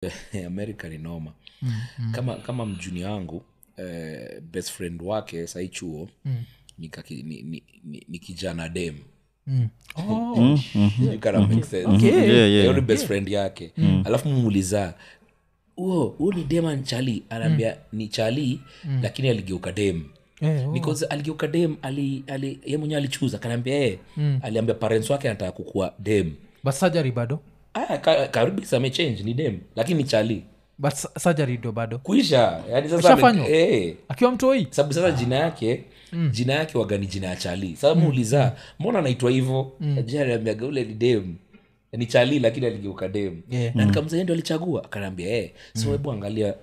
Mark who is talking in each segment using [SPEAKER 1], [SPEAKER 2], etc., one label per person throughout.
[SPEAKER 1] amerika ni noma kama kama mjuni wangu eh, best friend wake sai chuo ni, kaki, ni, ni, ni, ni kijana dem
[SPEAKER 2] Mm. Oh.
[SPEAKER 1] You gotta make sense.
[SPEAKER 2] Mm-hmm. Yeah, yeah. Mm-hmm.
[SPEAKER 1] Yeye ni best friend yake alafu mumuuliza huo huu ni dema ni chali anaambia ni chali lakini aligeuka dem
[SPEAKER 2] Oh.
[SPEAKER 1] because aligeuka dem ali, ali, ye mwenyewe alichuza kanaambia yeye aliambia parents wake anataka kukua dem
[SPEAKER 2] but surgery bado
[SPEAKER 1] Ah, ka- kabisa amechange ni dem lakini ni chali
[SPEAKER 2] but su- surgery ndo bado
[SPEAKER 1] kuisha yani sasa
[SPEAKER 2] Ushafanywa? Ah. Mm.
[SPEAKER 1] ame- eh.
[SPEAKER 2] akiwa mtoi
[SPEAKER 1] sababu sasa jina yake jina yake wagani jina ya chali sasa
[SPEAKER 2] Mm.
[SPEAKER 1] muuliza mbona anaitwa hivo jnaambiaga ule ni dem Eh, ni chali lakini aligeuka dem
[SPEAKER 2] Yeah. Mm.
[SPEAKER 1] na nikamsaidia ndo alichagua akanaambia e so hebu angalia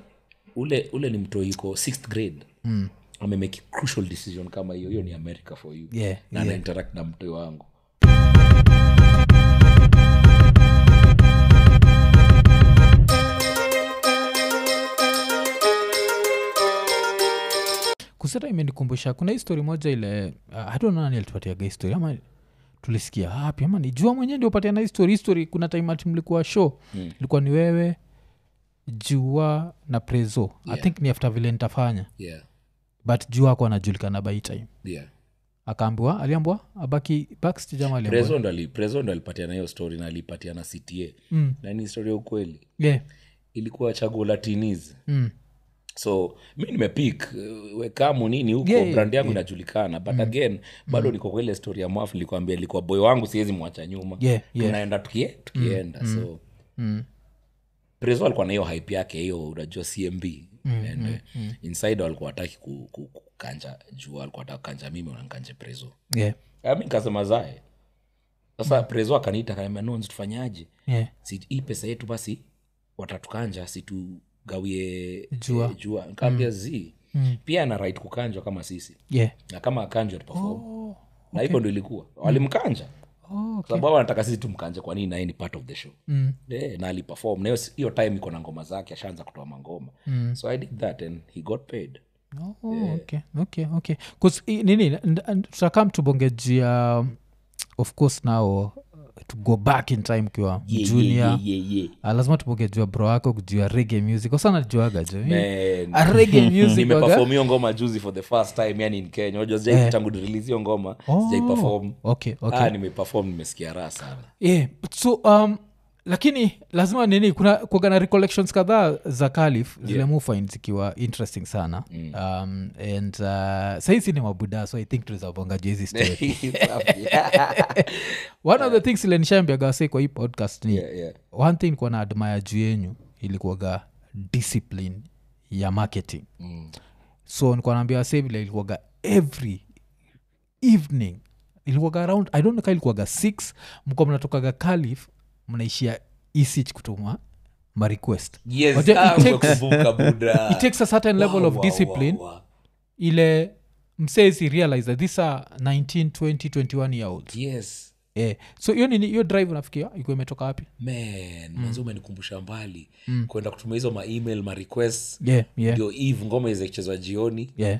[SPEAKER 1] ule ule ni mtoi iko sixth grade
[SPEAKER 2] Mm.
[SPEAKER 1] amemeki crucial decision kama hiyo hiyo ni america for you
[SPEAKER 2] Yeah,
[SPEAKER 1] na anainteract na mtoi wangu
[SPEAKER 2] kuseta imenikumbusha kuna hii story moja ile uh, hatunani alitupatiaga hii story ama tulisikia wapi ama ni jua mwenyewe ndio upatiana hii story Hii story kuna time ati mlikuwa show mm. ilikuwa ni wewe jua na prezo yeah. i think ni after vile nitafanya
[SPEAKER 1] yeah
[SPEAKER 2] but jua ako anajulikana by hii time
[SPEAKER 1] yeah
[SPEAKER 2] akaambiwa aliambwa abaki backstage ama aliambwa
[SPEAKER 1] prezo ndo ali- Prezo ndo alipatiana hiyo story na alipatiana cta
[SPEAKER 2] Mm.
[SPEAKER 1] na ni story ya ukweli
[SPEAKER 2] yeah.
[SPEAKER 1] ilikuwa chaguo la tinis
[SPEAKER 2] mm.
[SPEAKER 1] so mi nimepik uh, wekamu nini huko
[SPEAKER 2] Yeah,
[SPEAKER 1] yeah,
[SPEAKER 2] yeah, Mm.
[SPEAKER 1] brand yangu inajulikana but again bado niko kwa ile story ya mwafu nilikwambia ilikuwa boy wangu siwezi mwacha nyuma
[SPEAKER 2] Yeah, yeah.
[SPEAKER 1] tunaenda tukie, tukienda so
[SPEAKER 2] Mm.
[SPEAKER 1] prezo alikuwa na hiyo hype yake hiyo unajua cmb
[SPEAKER 2] Mm,
[SPEAKER 1] and uh, inside walikuwa wataki kukanja jua alikuwa ataka kukanja mimi wanankanje prezo
[SPEAKER 2] yeah.
[SPEAKER 1] Ah, mi nikasema zae sasa
[SPEAKER 2] Mm.
[SPEAKER 1] prezo akaniita akaniambia nons tufanyaje
[SPEAKER 2] yeah.
[SPEAKER 1] si hii pesa yetu basi watatukanja situgawie
[SPEAKER 2] Jua. Mm.
[SPEAKER 1] eh, jua nkaambia z pia ana right kukanjwa kama sisi
[SPEAKER 2] yeah.
[SPEAKER 1] na kama akanjwa tupafomu
[SPEAKER 2] Oh,
[SPEAKER 1] na hivyo ndo ilikuwa walimkanja
[SPEAKER 2] oh,
[SPEAKER 1] Kwa sababu hawa wanataka sisi tumkanje kwa nini na yeye ni part of the show
[SPEAKER 2] mm.
[SPEAKER 1] Eh, na aliperform na hiyo- hiyo time iko na ngoma zake ashaanza kutoa mangoma
[SPEAKER 2] Mm.
[SPEAKER 1] so i did that and he got paid
[SPEAKER 2] Oh, okay, okay, okay. 'Cause i- nini n- n- tutakam tubonge jia of course now uh, to go back in time kiwa junior Ah, lazima tubonge jua bro yako kujua rege music osana juaga jo
[SPEAKER 1] Man.
[SPEAKER 2] Ah, reggae music waga.
[SPEAKER 1] nimeperform hiyo ngoma juzi for the first time yani in kenya unajua sijai tangu nirelease hiyo ngoma sijaiperform
[SPEAKER 2] okay, Eh. Oh. okay.
[SPEAKER 1] ah, nimeperform nimesikia raha sana
[SPEAKER 2] yeah. but so um, lakini lazima nini kuna kuagana recollections kadhaa za kalif zile yeah. mufind zikiwa interesting sana mm. um, and uh, sahizi ni mabuda so i think tulizabongaja hizi story one of the things ile nishaambiaga wasee kwa hii podcast ni
[SPEAKER 1] Yeah, yeah.
[SPEAKER 2] one thing nikuwa na admire juu yenyu ilikuwaga discipline ya marketing
[SPEAKER 1] Mm.
[SPEAKER 2] so nikuwa naambia wasee vile ilikuwaga every evening ilikuwaga around i don't know ka ilikuwaga six mko mnatokaga calif mnaishia isich kutuma marequest
[SPEAKER 1] Yes,
[SPEAKER 2] Wajua,
[SPEAKER 1] ah,
[SPEAKER 2] it takes-
[SPEAKER 1] umekumbuka, buda.
[SPEAKER 2] it takes a certain level
[SPEAKER 1] Wa,
[SPEAKER 2] of
[SPEAKER 1] wa,
[SPEAKER 2] discipline
[SPEAKER 1] wa, wa.
[SPEAKER 2] ile msezi realize that these are 19 20 21 year olds
[SPEAKER 1] yes
[SPEAKER 2] yeah. so hiyo nini hiyo drive unafikia ikuwa imetoka wapi
[SPEAKER 1] man
[SPEAKER 2] Mm.
[SPEAKER 1] manzi umenikumbusha mbali kwenda kutumia hizo maemail marequest
[SPEAKER 2] yeah, yeah,
[SPEAKER 1] ndio eve ngoma izakichezwa jioni
[SPEAKER 2] yeah.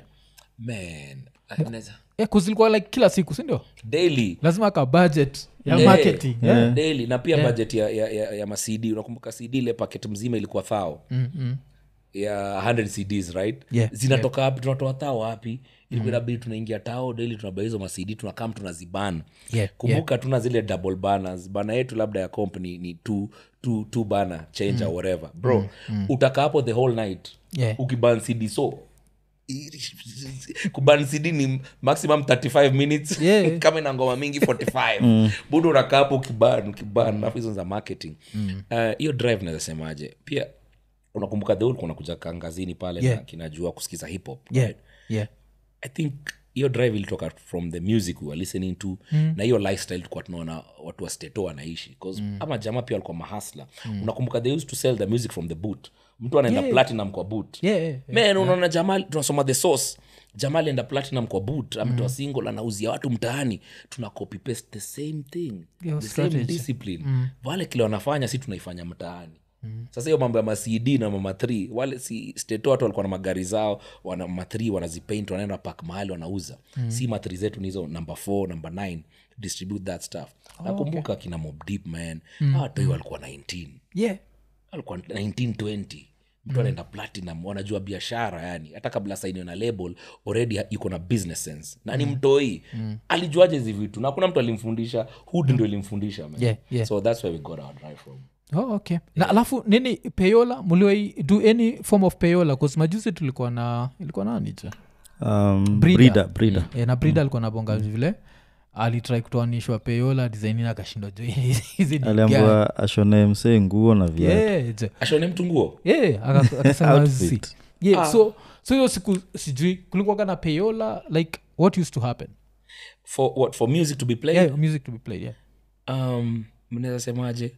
[SPEAKER 1] man ah, naweza-
[SPEAKER 2] yeah, 'cause ilikuwa like kila siku sindio
[SPEAKER 1] daily
[SPEAKER 2] lazima ka budget ya
[SPEAKER 1] Yeah.
[SPEAKER 2] marketing eh? yeah.
[SPEAKER 1] Yeah. daily na pia budget ya, ya, ya, ya macd unakumbuka cd ile paket mzima ilikuwa thao
[SPEAKER 2] Mm-mm.
[SPEAKER 1] ya 100 cds right
[SPEAKER 2] Mm-hmm. Yeah, Mm.
[SPEAKER 1] zinatoka wapi tunatoa thao wapi ilikuwa inabidi tunaingia tao daily tunabaa hizo macd tunakam tunazibana
[SPEAKER 2] Yeah,
[SPEAKER 1] kumbuka tuna zile double banners bana yetu labda ya company ni two, two, two bana change or whatever bro utakaa hapo the whole night
[SPEAKER 2] Mm. Yeah.
[SPEAKER 1] ukiban cd so kuban cd ni maximum 35 minutes
[SPEAKER 2] Yeah.
[SPEAKER 1] kama ina ngoma mingi 45 budu unakaa hapo ukiban ukiban alafu hizo za marketing Eh, hiyo drive naweza semaje pia unakumbuka the kuna kuja kangazini pale
[SPEAKER 2] Yeah.
[SPEAKER 1] na kinajua kusikiza hip hop
[SPEAKER 2] Yeah. Yeah.
[SPEAKER 1] i think hiyo drive ilitoka from the music we were listening to mm. na hiyo lifestyle tulikuwa tunaona watu wa steto wanaishi 'Cause ama jamaa pia walikuwa mahasla mm. unakumbuka they used to sell the music from the boot mtu anaenda yeah. platinum kwa boot
[SPEAKER 2] Yeah, yeah, yeah.
[SPEAKER 1] men unaona jamaa tunasoma the source jamaa alienda platinum kwa boot ametoa single anauzia watu mtaani tuna copy paste the same thing
[SPEAKER 2] Yeah,
[SPEAKER 1] the same
[SPEAKER 2] strategy.
[SPEAKER 1] discipline wale kile wanafanya si tunaifanya mtaani sasa hiyo mambo ya macd na mama 3 wale si steto watu walikuwa na magari zao wana mama 3 wanazipaint wanaenda pak mahali wanauza si ma 3 zetu ni hizo number 4 number 9 distribute that stuff nakumbuka kina mob deep man mm. hawatoi walikuwa 19
[SPEAKER 2] Yeah.
[SPEAKER 1] alikuwa 1920
[SPEAKER 2] Mm.
[SPEAKER 1] mtu anaenda platinum wanajua biashara yani hata kabla sainiwe na label already ha- yuko na business sense na ni
[SPEAKER 2] Mm.
[SPEAKER 1] mtoi alijuaje hizi vitu na kuna mtu alimfundisha hud ndio ilimfundisha man.
[SPEAKER 2] Mm. Yeah, yeah.
[SPEAKER 1] so that's where we got our drive from
[SPEAKER 2] oh, okay na alafu nini payola mliwai do any form of payola bcause majuzi tulikuwa na ilikuwa nani cha
[SPEAKER 3] um,
[SPEAKER 2] Breeder.
[SPEAKER 3] breeder, breeder.
[SPEAKER 2] e, na brida alikuwa nabonga vile alitrai kutoanishwa payola disainina akashindwa juu hizi ni gani.
[SPEAKER 3] aliambua ashone msee nguo na viatu
[SPEAKER 2] Yeah, je.
[SPEAKER 1] ashone mtu nguo
[SPEAKER 2] Yeah, aka- akasema
[SPEAKER 3] Outfit.
[SPEAKER 2] zi. Yeah, so so hiyo siku sijui kulikuwaga na payola like what used to happen
[SPEAKER 1] for what for music to be played
[SPEAKER 2] yeah, music to be played yeah.
[SPEAKER 1] um, mnaweza semaje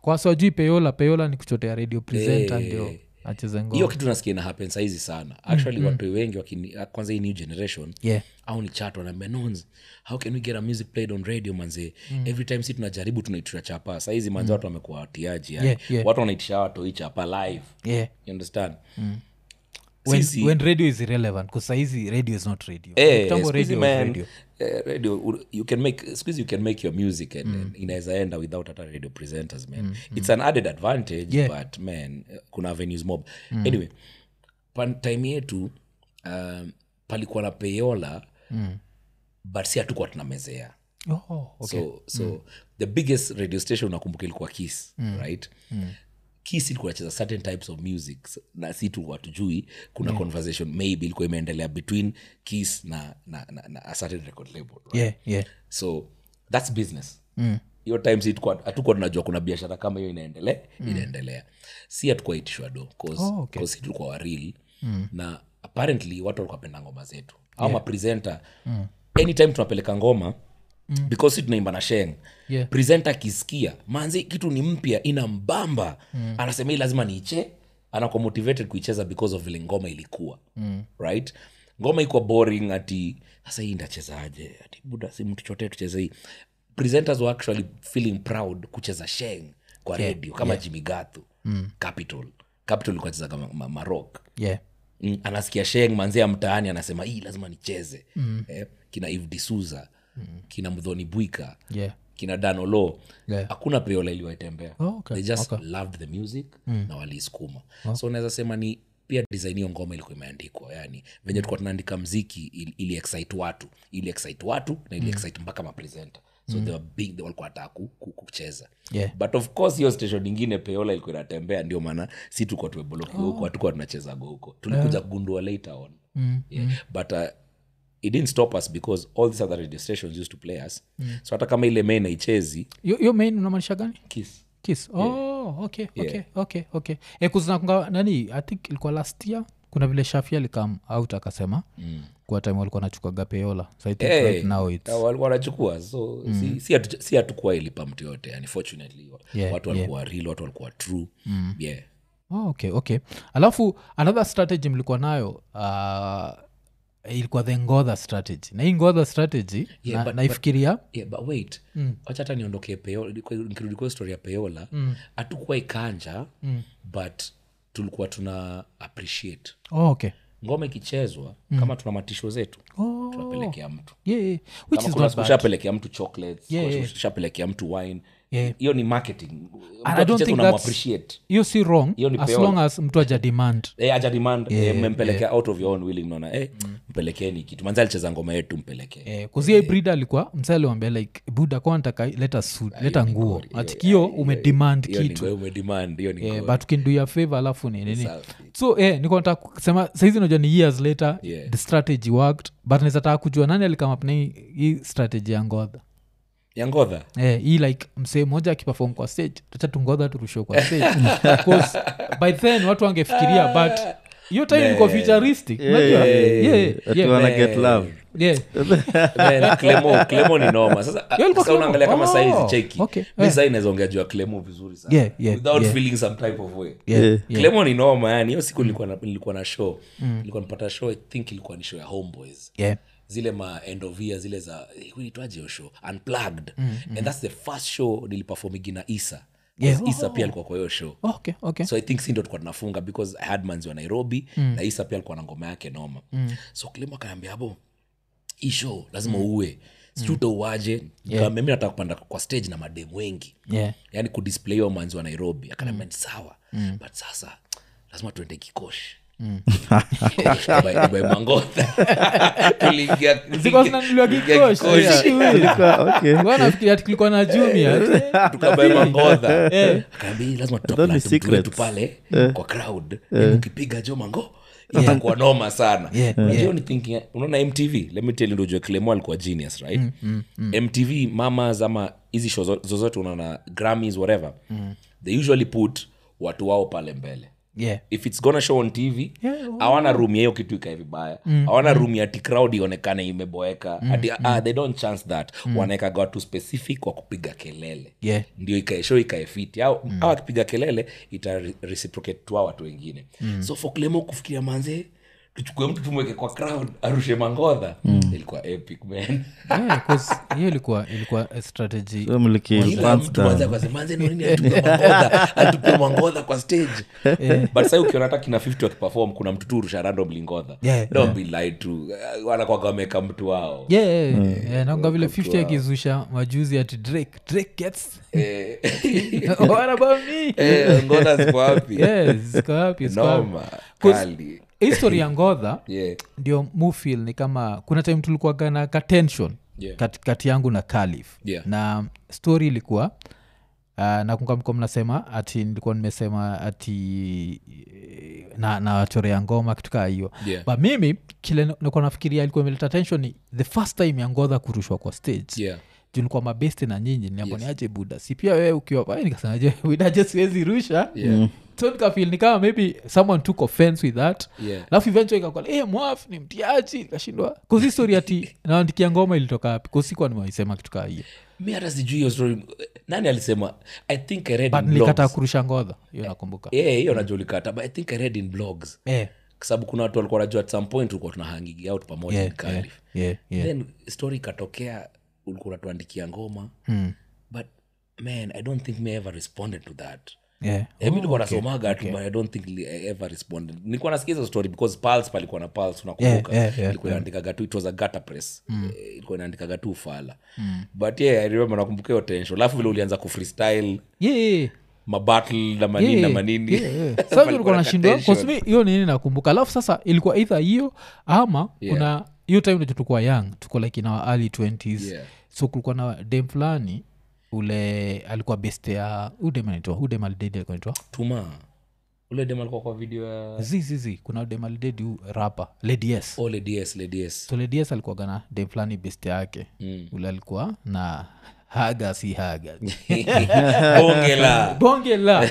[SPEAKER 2] kwa sijui payola payola ni kuchotea radio presenter
[SPEAKER 1] Eh.
[SPEAKER 2] ndio acheze
[SPEAKER 1] hiyo
[SPEAKER 2] ngoma
[SPEAKER 1] kitu nasikia inahapen saizi sana actually mm, watu wengi wakini, kwanza hii new generation
[SPEAKER 2] yeah.
[SPEAKER 1] au ni chat wanaambia nons how can we get our music played on radio manze mm. every time si tunajaribu tunaitisha chapa saizi manze watu wamekuwa watiaji yani.
[SPEAKER 2] Mm. Yeah, Mm. yeah.
[SPEAKER 1] watu wanaitisha watoi chapa live
[SPEAKER 2] Yeah.
[SPEAKER 1] you understand
[SPEAKER 2] When,
[SPEAKER 1] Sisi-
[SPEAKER 2] when radio is irrelevant kusaizi radio is not radio
[SPEAKER 1] Eh,
[SPEAKER 2] Kitambo
[SPEAKER 1] squeezy
[SPEAKER 2] radio was
[SPEAKER 1] man,
[SPEAKER 2] radio.
[SPEAKER 1] eh, radio, u- you can make squeezy you can make your music and mm. inaweza enda without hata radio presenters man it's an added advantage
[SPEAKER 2] Mm, Yeah. Mm.
[SPEAKER 1] but man eh, kuna avenues mob anyway pan time yetu um, palikuwa na payola mm. but si hatukuwa tunamezea
[SPEAKER 2] Oh, okay.
[SPEAKER 1] so, so the biggest radio station unakumbuka ilikuwa kiss right kiss ilikuwa nacheza certain types of music s- na si tu watujui kuna conversation maybe ilikuwa imeendelea between kiss na, na, na, na a certain record label right?
[SPEAKER 2] yeah, yeah.
[SPEAKER 1] so thats business
[SPEAKER 2] Mm.
[SPEAKER 1] hiyo time si tulikuwa- hatukuwa tunajua kuna biashara kama hiyo inaendelea inaendelea si hatukuwa itishwa do
[SPEAKER 2] Mm. Oh, okay. Mm.
[SPEAKER 1] si tulikuwa waril na apparently watu walikuwa penda ngoma zetu au mapresenta
[SPEAKER 2] Mm.
[SPEAKER 1] anytime tunapeleka ngoma because si tunaimba na sheng
[SPEAKER 2] Yeah.
[SPEAKER 1] presenta akisikia manzi kitu ni mpya ina mbamba
[SPEAKER 2] Mm.
[SPEAKER 1] anasema hii lazima niiche anakuwa motivated kuicheza because of vile ngoma ilikuwa right ngoma ikuwa boring ati sasa hii ndachezaje ati buda si mtu chotee tucheze hii presenters were actually feeling proud kucheza sheng kwa radio kama jimmy gathu capital capital ilikuwa cheza kama ma- marock
[SPEAKER 2] yeah.
[SPEAKER 1] mm, anasikia sheng manzia mtaani anasema hii lazima nicheze mm. eh, kina ivdisuza mm. kina mdhoni bwika
[SPEAKER 2] yeah.
[SPEAKER 1] kina danolo
[SPEAKER 2] Yeah.
[SPEAKER 1] hakuna payola iliwaitembea
[SPEAKER 2] Oh, okay, Mm. Oh.
[SPEAKER 1] they just loved the music na waliisukuma so unaweza sema ni pia design hiyo ngoma ilikuwa imeandikwa yani venye tulikuwa tunaandika mziki ili, ili excite watu ili excite watu na
[SPEAKER 2] Mm.
[SPEAKER 1] ili excite mpaka mapresenta so they were big, they walikuwa wanataka ku- ku- kucheza
[SPEAKER 2] Yeah.
[SPEAKER 1] but of course hiyo station ingine peola ilikuwa inatembea ndio maana si tukuwa tumebolokiwa
[SPEAKER 2] Oh.
[SPEAKER 1] huko hatukuwa tunachezaga huko tulikuja kugundua later on yeah. but uh, it didn't stop us because all these other radio stations used to play us so hata kama ile main haichezi
[SPEAKER 2] Yo- yo main unamaanisha gani
[SPEAKER 1] kiss
[SPEAKER 2] kiss oh okay okay okay okay e, kuznakunga nani i think ilikuwa last year kuna vile shafi alikam out akasema mm. kwa time walikuwa nachukaga peola so i think
[SPEAKER 1] Eh,
[SPEAKER 2] right now it's
[SPEAKER 1] na wal- wanachukua so si- si hatu- si hatukuwa ilipa mtu yote yani fortunately wa-
[SPEAKER 2] Yeah,
[SPEAKER 1] watu walikuwa real watu walikuwa true yeah
[SPEAKER 2] oh, okay okay alafu another strategy mlikuwa nayo uh, ilikuwa the ngodha strategy na hii ngodha strategy
[SPEAKER 1] Yeah,
[SPEAKER 2] na,
[SPEAKER 1] but-
[SPEAKER 2] naifikiria
[SPEAKER 1] yeah but wait wacha hata niondokee Payola- nikirudi kwa story ya peola hatukuwa ikanja but tulikuwa tuna appreciate
[SPEAKER 2] oh, okay
[SPEAKER 1] ngoma ikichezwa kama tuna matisho zetu
[SPEAKER 2] Oh.
[SPEAKER 1] tunapelekea mtu
[SPEAKER 2] yeah, yeah. which
[SPEAKER 1] Kama
[SPEAKER 2] is
[SPEAKER 1] kuna
[SPEAKER 2] not
[SPEAKER 1] siku
[SPEAKER 2] bad
[SPEAKER 1] ushapelekea mtu chocolates
[SPEAKER 2] Yeah,
[SPEAKER 1] kuna siku
[SPEAKER 2] yeah.
[SPEAKER 1] ushapelekea mtu wine
[SPEAKER 2] Yeah.
[SPEAKER 1] hiyo ni marketing Mtu
[SPEAKER 2] And I don't
[SPEAKER 1] akicheza
[SPEAKER 2] think
[SPEAKER 1] unamu
[SPEAKER 2] that's-
[SPEAKER 1] appreciate
[SPEAKER 2] hiyo si wrong
[SPEAKER 1] Hiyo ni
[SPEAKER 2] as
[SPEAKER 1] Payola.
[SPEAKER 2] long as mtu aja demand
[SPEAKER 1] Eh, acha demand eh, mmempelekea out of your own willing mnaona eh,
[SPEAKER 2] Mm.
[SPEAKER 1] mpelekeni kitu manzi alicheza ngoma yetu mpelekee
[SPEAKER 2] Eh, kuzia brida alikuwa msaliwambia like buda kwa nataka leta suit
[SPEAKER 1] Ah,
[SPEAKER 2] leta nguo atikio umedemand
[SPEAKER 1] hiyo ni
[SPEAKER 2] kitu
[SPEAKER 1] ngoma umedemand hiyo ni
[SPEAKER 2] Eh,
[SPEAKER 1] ngoma.
[SPEAKER 2] but ukindu ya favor alafu ni nini
[SPEAKER 1] Safi.
[SPEAKER 2] so eh, niko nataka kusema saizi najua ni years later
[SPEAKER 1] Yeah.
[SPEAKER 2] the strategy worked but nizataka kujua nani alikamapna hii strategy ya ngodha
[SPEAKER 1] ya ngodha
[SPEAKER 2] Eh, hii like msee mmoja akipefom kwa stage tachatungodha turushiwe kwa stage Because by then watu wangefikiria but hiyo time ilikuwa futuristic unajua? Yeah,
[SPEAKER 3] Ati
[SPEAKER 2] yeah,
[SPEAKER 3] wana get love
[SPEAKER 2] yeah.
[SPEAKER 1] Man, Clemo- Clemo ni noma sasa
[SPEAKER 2] Yo,
[SPEAKER 1] sasa
[SPEAKER 2] ilikuwa Clemo.
[SPEAKER 1] unaangalia kama
[SPEAKER 2] Oh,
[SPEAKER 1] saizi cheki
[SPEAKER 2] okay.
[SPEAKER 1] mi
[SPEAKER 2] Yeah.
[SPEAKER 1] sahi naweza ongea juu ya clemo vizuri sana
[SPEAKER 2] Yeah, yeah,
[SPEAKER 1] without
[SPEAKER 2] yeah.
[SPEAKER 1] feeling some type of way
[SPEAKER 3] Yeah.
[SPEAKER 2] Yeah. Mm.
[SPEAKER 1] clemo ni noma yani hiyo siku nilikuwa na, nilikuwa na show nilikuwa napata show i think ilikuwa ni show ya homeboys
[SPEAKER 2] Yeah.
[SPEAKER 1] zile ma end of year zile za eh, huitwaje hiyo show unplugged and thats the first show niliperformigi na isa
[SPEAKER 2] Yeah.
[SPEAKER 1] isa pia alikuwa kwa hiyo show
[SPEAKER 2] okay okay
[SPEAKER 1] so i think si ndo tulikuwa tunafunga because i had manzi wa nairobi mm. na isa pia alikuwa na ngoma yake noma mm. so kilimo akanaambia abo hii show lazima uue sijui utauaje Nikamwambia, mi nataka kupanda kwa stage na mademu wengi
[SPEAKER 2] yeah.
[SPEAKER 1] yani kudisplay wamanzi Yaani wa nairobi
[SPEAKER 2] Mm.
[SPEAKER 1] akanaambia ni sawa but sasa lazima tuende kikoshi
[SPEAKER 2] Mm.
[SPEAKER 1] Kikoshi, by- by Mangotha. Tuliingia-
[SPEAKER 2] Zilikuwa zinanunuliwa
[SPEAKER 1] tuliingia
[SPEAKER 2] Kikoshi,
[SPEAKER 1] Kikoshi.
[SPEAKER 2] yeah.
[SPEAKER 3] Ilikuwa- okay.
[SPEAKER 2] Wewe nafikiri ati kulikuwa na jumia
[SPEAKER 1] tukabae mangodha
[SPEAKER 2] Eh.
[SPEAKER 1] akaambia lazima
[SPEAKER 3] Those ni
[SPEAKER 1] tutapaletu
[SPEAKER 3] secrets.
[SPEAKER 1] pale kwa
[SPEAKER 2] Eh.
[SPEAKER 1] crowd Yaani ukipiga jo mango itakuwa noma sana
[SPEAKER 2] Yeah,
[SPEAKER 1] Unajua ni thinking, unaona mtv let me tell you, ndio ujue Clemo alikuwa genius right
[SPEAKER 2] Mm,
[SPEAKER 1] mtv mamas ama hizi show zo- zozote unaona grammys whatever
[SPEAKER 2] Mm.
[SPEAKER 1] they usually put watu wao pale mbele
[SPEAKER 2] yeah.
[SPEAKER 1] if it's gonna show on tv
[SPEAKER 2] Yeah, oh. Mm,
[SPEAKER 1] hawana room ya hiyo kitu ikae vibaya hawana room ya ati crowd ionekane imeboeka ati
[SPEAKER 2] mm.
[SPEAKER 1] ah, they don't chance that wanaekaga watu specific wa kupiga kelele
[SPEAKER 2] Yeah.
[SPEAKER 1] ndio ikaesho ikaefiti au mm. akipiga kelele ita re- reciprocate tu hao watu wengine
[SPEAKER 2] Mm.
[SPEAKER 1] so foklemo kufikiria manze tuchukue mtu tumweke kwa crowd arushe mangodha
[SPEAKER 2] Mm.
[SPEAKER 1] ilikuwa epic man
[SPEAKER 2] Yeah, 'cause hiyo ilikuwa ilikuwa a strategy
[SPEAKER 3] So mliki-
[SPEAKER 1] Kila mtu kwanza kwa sema, "Manze, nini atupe mangodha atupe mangodha kwa stage
[SPEAKER 2] Eh.
[SPEAKER 1] but sai ukiona hata kina 50 wakiperform kuna mtu tu rusha random lingodha
[SPEAKER 2] Yeah,
[SPEAKER 1] don't be lied to Uh, wanakuwaga wameka mtu wao
[SPEAKER 2] yeah, yeah, yeah, naonga vile 50 akizusha majuzi ati drake drake gets
[SPEAKER 1] Eh,
[SPEAKER 2] what about me
[SPEAKER 1] eh, ngodha ziko wapi
[SPEAKER 2] yes ziko wapi, ziko wapi.
[SPEAKER 1] noma
[SPEAKER 2] Cause-
[SPEAKER 1] kali
[SPEAKER 2] Hii story ya ngodha
[SPEAKER 1] yeah.
[SPEAKER 2] ndio mufil ni kama kuna time tulikuwaga na katension
[SPEAKER 1] Yeah.
[SPEAKER 2] kati, kati yangu na kalif
[SPEAKER 1] Yeah.
[SPEAKER 2] na story ilikuwa uh, nakungamko mnasema ati nilikuwa nimesema ati eh, na, na wachorea ngoma kitu kaa hiyo
[SPEAKER 1] Yeah.
[SPEAKER 2] but mimi kile na- nakuwa nafikiria ilikuwa imeleta tension ni the first time ya ngodha kurushwa kwa stage
[SPEAKER 1] Yeah.
[SPEAKER 2] juu nilikuwa mabeste na nyinyi niliambwa
[SPEAKER 1] Yes.
[SPEAKER 2] ni aje buda si pia wewe ukiwa pale nikasema je widaje siwezi rusha so nikafil nikama maybe someone took offense with that
[SPEAKER 1] Yeah.
[SPEAKER 2] alafu eventually ikakuwa eh mwaf ni mtiaji nikashindwa kozi story ati naandikia ngoma ilitoka wapi kosikuwa nimeisema kitu kaa hiyo
[SPEAKER 1] mi hata sijui hiyo story nani alisema i think i read
[SPEAKER 2] but
[SPEAKER 1] in blogs.
[SPEAKER 2] nilikataa kurusha ngodha hiyo nakumbuka
[SPEAKER 1] Eh, hiyo najua ulikata but i think i read in blogs
[SPEAKER 2] Eh,
[SPEAKER 1] kwa sababu kuna watu walikuwa najua at some point ulikuwa tunahangi out pamoja
[SPEAKER 2] yeah,
[SPEAKER 1] in Cardiff.
[SPEAKER 2] Eh, yeah, yeah,
[SPEAKER 1] then story ikatokea ulikuwa unatuandikia ngoma
[SPEAKER 2] Hmm.
[SPEAKER 1] but man i don't think me ever responded to that
[SPEAKER 2] yeah.
[SPEAKER 1] Eh, mi nilikuwa nasomaga tu but i don't think li- I ever responded nilikuwa nasikia hizo story because pulse palikuwa na pulse unakumbuka
[SPEAKER 2] Yeah, yeah, Mm. yeah,
[SPEAKER 1] ilikuwa inaandikaga tu it was a gutter press Eh, ilikuwa inaandikaga tu ufala
[SPEAKER 2] Mm.
[SPEAKER 1] but yeah i remember nakumbuka hiyo tension alafu vile ulianza kufreestyle
[SPEAKER 2] Yeah, yeah, yeah.
[SPEAKER 1] mabattle na manini na
[SPEAKER 2] Yeah,
[SPEAKER 1] manini
[SPEAKER 2] yeah, yeah.
[SPEAKER 1] Palikuwa
[SPEAKER 2] Sasa ulikuwa
[SPEAKER 1] na
[SPEAKER 2] nashindwa
[SPEAKER 1] tension.
[SPEAKER 2] kosmi hiyo nini nakumbuka alafu sasa ilikuwa either hiyo ama
[SPEAKER 1] Yeah.
[SPEAKER 2] kuna hiyo time ndio tulikuwa young tuko like in our early 20s
[SPEAKER 1] Yeah.
[SPEAKER 2] so kulikuwa na dem fulani ule alikuwa best ya udem anaitwa udem alidedi alikuwa anaitwa
[SPEAKER 1] tuma ule dem alikuwa kwa video ya
[SPEAKER 2] zizizi kuna udem alidedi hu rapa ladies
[SPEAKER 1] Uh. oh, Lady S, Lady S.
[SPEAKER 2] so ladies alikuwaga na dem fulani best yake
[SPEAKER 1] Mm.
[SPEAKER 2] ule alikuwa na haga si haga
[SPEAKER 1] bonge la
[SPEAKER 2] bonge la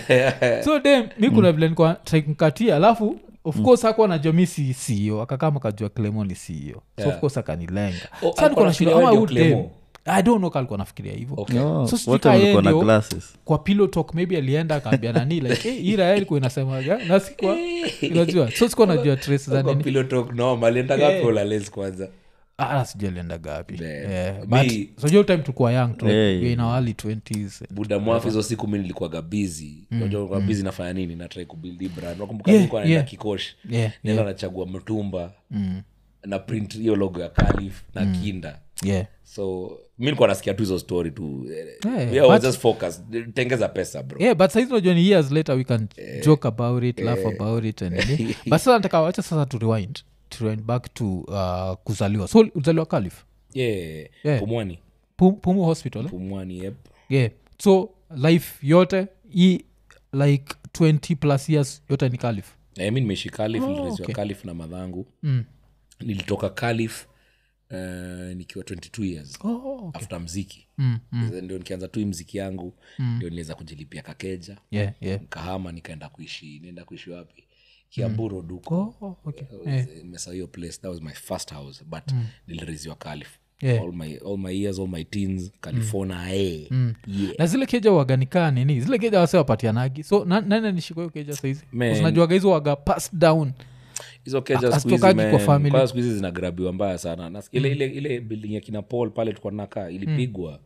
[SPEAKER 2] so dem mi kuna
[SPEAKER 1] Mm.
[SPEAKER 2] vile nikuwa taikumkatia alafu of course hakuwa najua mi si ceo akakama kajua clemo ni ceo so of course akanilenga
[SPEAKER 1] Oh, alikuwa
[SPEAKER 2] sa nikuwa nashindwa
[SPEAKER 1] anafikiria
[SPEAKER 2] ama
[SPEAKER 1] wewe
[SPEAKER 2] huu
[SPEAKER 1] ndio
[SPEAKER 2] dem
[SPEAKER 1] Clemo?
[SPEAKER 2] i don't know kalikuwa nafikiria hivyo
[SPEAKER 1] Okay.
[SPEAKER 3] Oh,
[SPEAKER 2] So sijui
[SPEAKER 3] what
[SPEAKER 2] ka
[SPEAKER 3] time
[SPEAKER 2] yeye
[SPEAKER 3] ulikuwa na
[SPEAKER 2] ndio-
[SPEAKER 3] glasses?
[SPEAKER 2] kwa pilo talk maybe alienda akaambia nani like hey, hii raya ilikuwa inasemaga nasikwa unajua so sikuwa najua trace za
[SPEAKER 1] Kwa
[SPEAKER 2] nini
[SPEAKER 1] pillow talk, no, malienda gapi ulales kwanza
[SPEAKER 2] Ah, sijui aliendaga wapi
[SPEAKER 1] Man.
[SPEAKER 2] Eh,
[SPEAKER 1] Me-
[SPEAKER 2] but so hiyo time tulikuwa young tu
[SPEAKER 3] Hey.
[SPEAKER 2] we in our early 20s
[SPEAKER 1] buda mwafu hizo siku mi nilikuwaga bizi najua bizi nafanya nini natrai kubildi brand nakumbuka
[SPEAKER 2] Mm. Yeah,
[SPEAKER 1] nilikuwa naenda
[SPEAKER 2] yeah.
[SPEAKER 1] kikoshi
[SPEAKER 2] Yeah, Mm.
[SPEAKER 1] nenda nachagua mtumba na print hiyo logo ya kalif na kinda
[SPEAKER 2] yeah
[SPEAKER 1] so mi nilikuwa nasikia tu hizo story tu Eh,
[SPEAKER 2] Yeah,
[SPEAKER 1] we were
[SPEAKER 2] but-
[SPEAKER 1] just focused. tengeza pesa bro
[SPEAKER 2] yeah but saizi unajua ni years later we can joke about it laugh about it and nini. but sasa nataka wacha sasa to rewind to rewind back to uh, kuzaliwa so uzaliwa kalif
[SPEAKER 1] yeah.
[SPEAKER 2] Yeah.
[SPEAKER 1] pumwani
[SPEAKER 2] Pum- pumu hospital eh?
[SPEAKER 1] pumwani yep.
[SPEAKER 2] yeah so life yote hii like 20 plus years yote ni kalif
[SPEAKER 1] Eh, mi nimeishi kalif niliresiwa
[SPEAKER 2] Oh, okay. Mm.
[SPEAKER 1] kalif na madhangu nilitoka kalif uh, nikiwa 22 years
[SPEAKER 2] oh, Mm,
[SPEAKER 1] after mziki Sasa ndio nikianza tu hii mziki yangu ndio niliweza kujilipia kakeja
[SPEAKER 2] yeah yeah
[SPEAKER 1] nkahama nikaenda kuishi nienda kuishi wapi kiamburo duko
[SPEAKER 2] oh, okay. yeah. Mm.
[SPEAKER 1] mesa hiyo place that was my first house but niliriziwa calif
[SPEAKER 2] Yeah.
[SPEAKER 1] all, my, all my years all my teens califona eh.
[SPEAKER 2] Mm.
[SPEAKER 1] yeah.
[SPEAKER 2] na zile keja waganikana nini zile keja wase wapatianagi so na- nani anishika hiyo keja saizi
[SPEAKER 1] Man.
[SPEAKER 2] unajuaga hizo waga pass down
[SPEAKER 1] hizo keja
[SPEAKER 2] As-
[SPEAKER 1] siku hizi,
[SPEAKER 2] Ah, hazitokagi kwa
[SPEAKER 1] man,
[SPEAKER 2] family. Mm.
[SPEAKER 1] kwanza siku hizi zinagrabiwa mbaya sana Nas- ile, ile, ile building ya kina paul pale tulikuwa tunakaa ilipigwa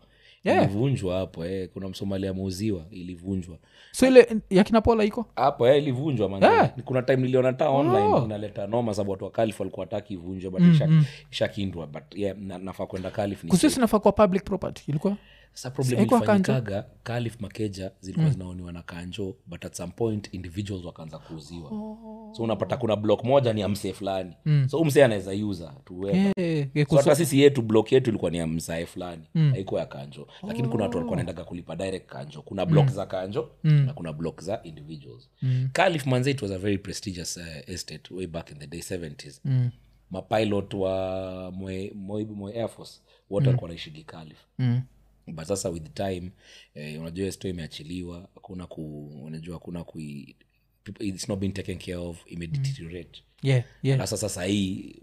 [SPEAKER 2] Yeah.
[SPEAKER 1] ilivunjwa hapo eh. kuna msomalia ameuziwa ilivunjwa
[SPEAKER 2] so ile yakina pola iko
[SPEAKER 1] hapo eh, ilivunjwa manze.
[SPEAKER 2] Eh.
[SPEAKER 1] kuna time niliona ta online inaleta noma sababu watu wa kalif walikuwa wataki ivunjwe but mm ishakindwa but yeah, na, nafaa kwenda kalif ni
[SPEAKER 2] kusio sinafaa kuwa public property ilikuwa
[SPEAKER 1] sa problem
[SPEAKER 2] Haikuwa
[SPEAKER 1] ilifanyikaga kalif makeja
[SPEAKER 2] Mm.
[SPEAKER 1] zilikuwa zinaoniwa na kanjo but at some point individuals wakaanza kuuziwa
[SPEAKER 2] Oh.
[SPEAKER 1] so unapata kuna block moja ni ya msee fulani
[SPEAKER 2] Mm.
[SPEAKER 1] so umsee anaweza uza tuwe
[SPEAKER 2] Eh, eh,
[SPEAKER 1] so hata sisi yetu blok yetu ilikuwa ni ya msae fulani haikuwa ya kanjo lakini kuna watu walikuwa wanaendaga kulipa direct kanjo kuna blok za kanjo na kuna blok za individuals calif manze it was a very prestigious uh, estate way back in the day 70s mapilot wa Moi- Moi- Moi air force wote walikuwa naishigi calif but sasa with time eh, unajua hiyo story imeachiliwa hakuna ku unajua hakuna ku it's not been taken care of imedeteriorate
[SPEAKER 2] yeah, yeah.
[SPEAKER 1] hasa sasa hii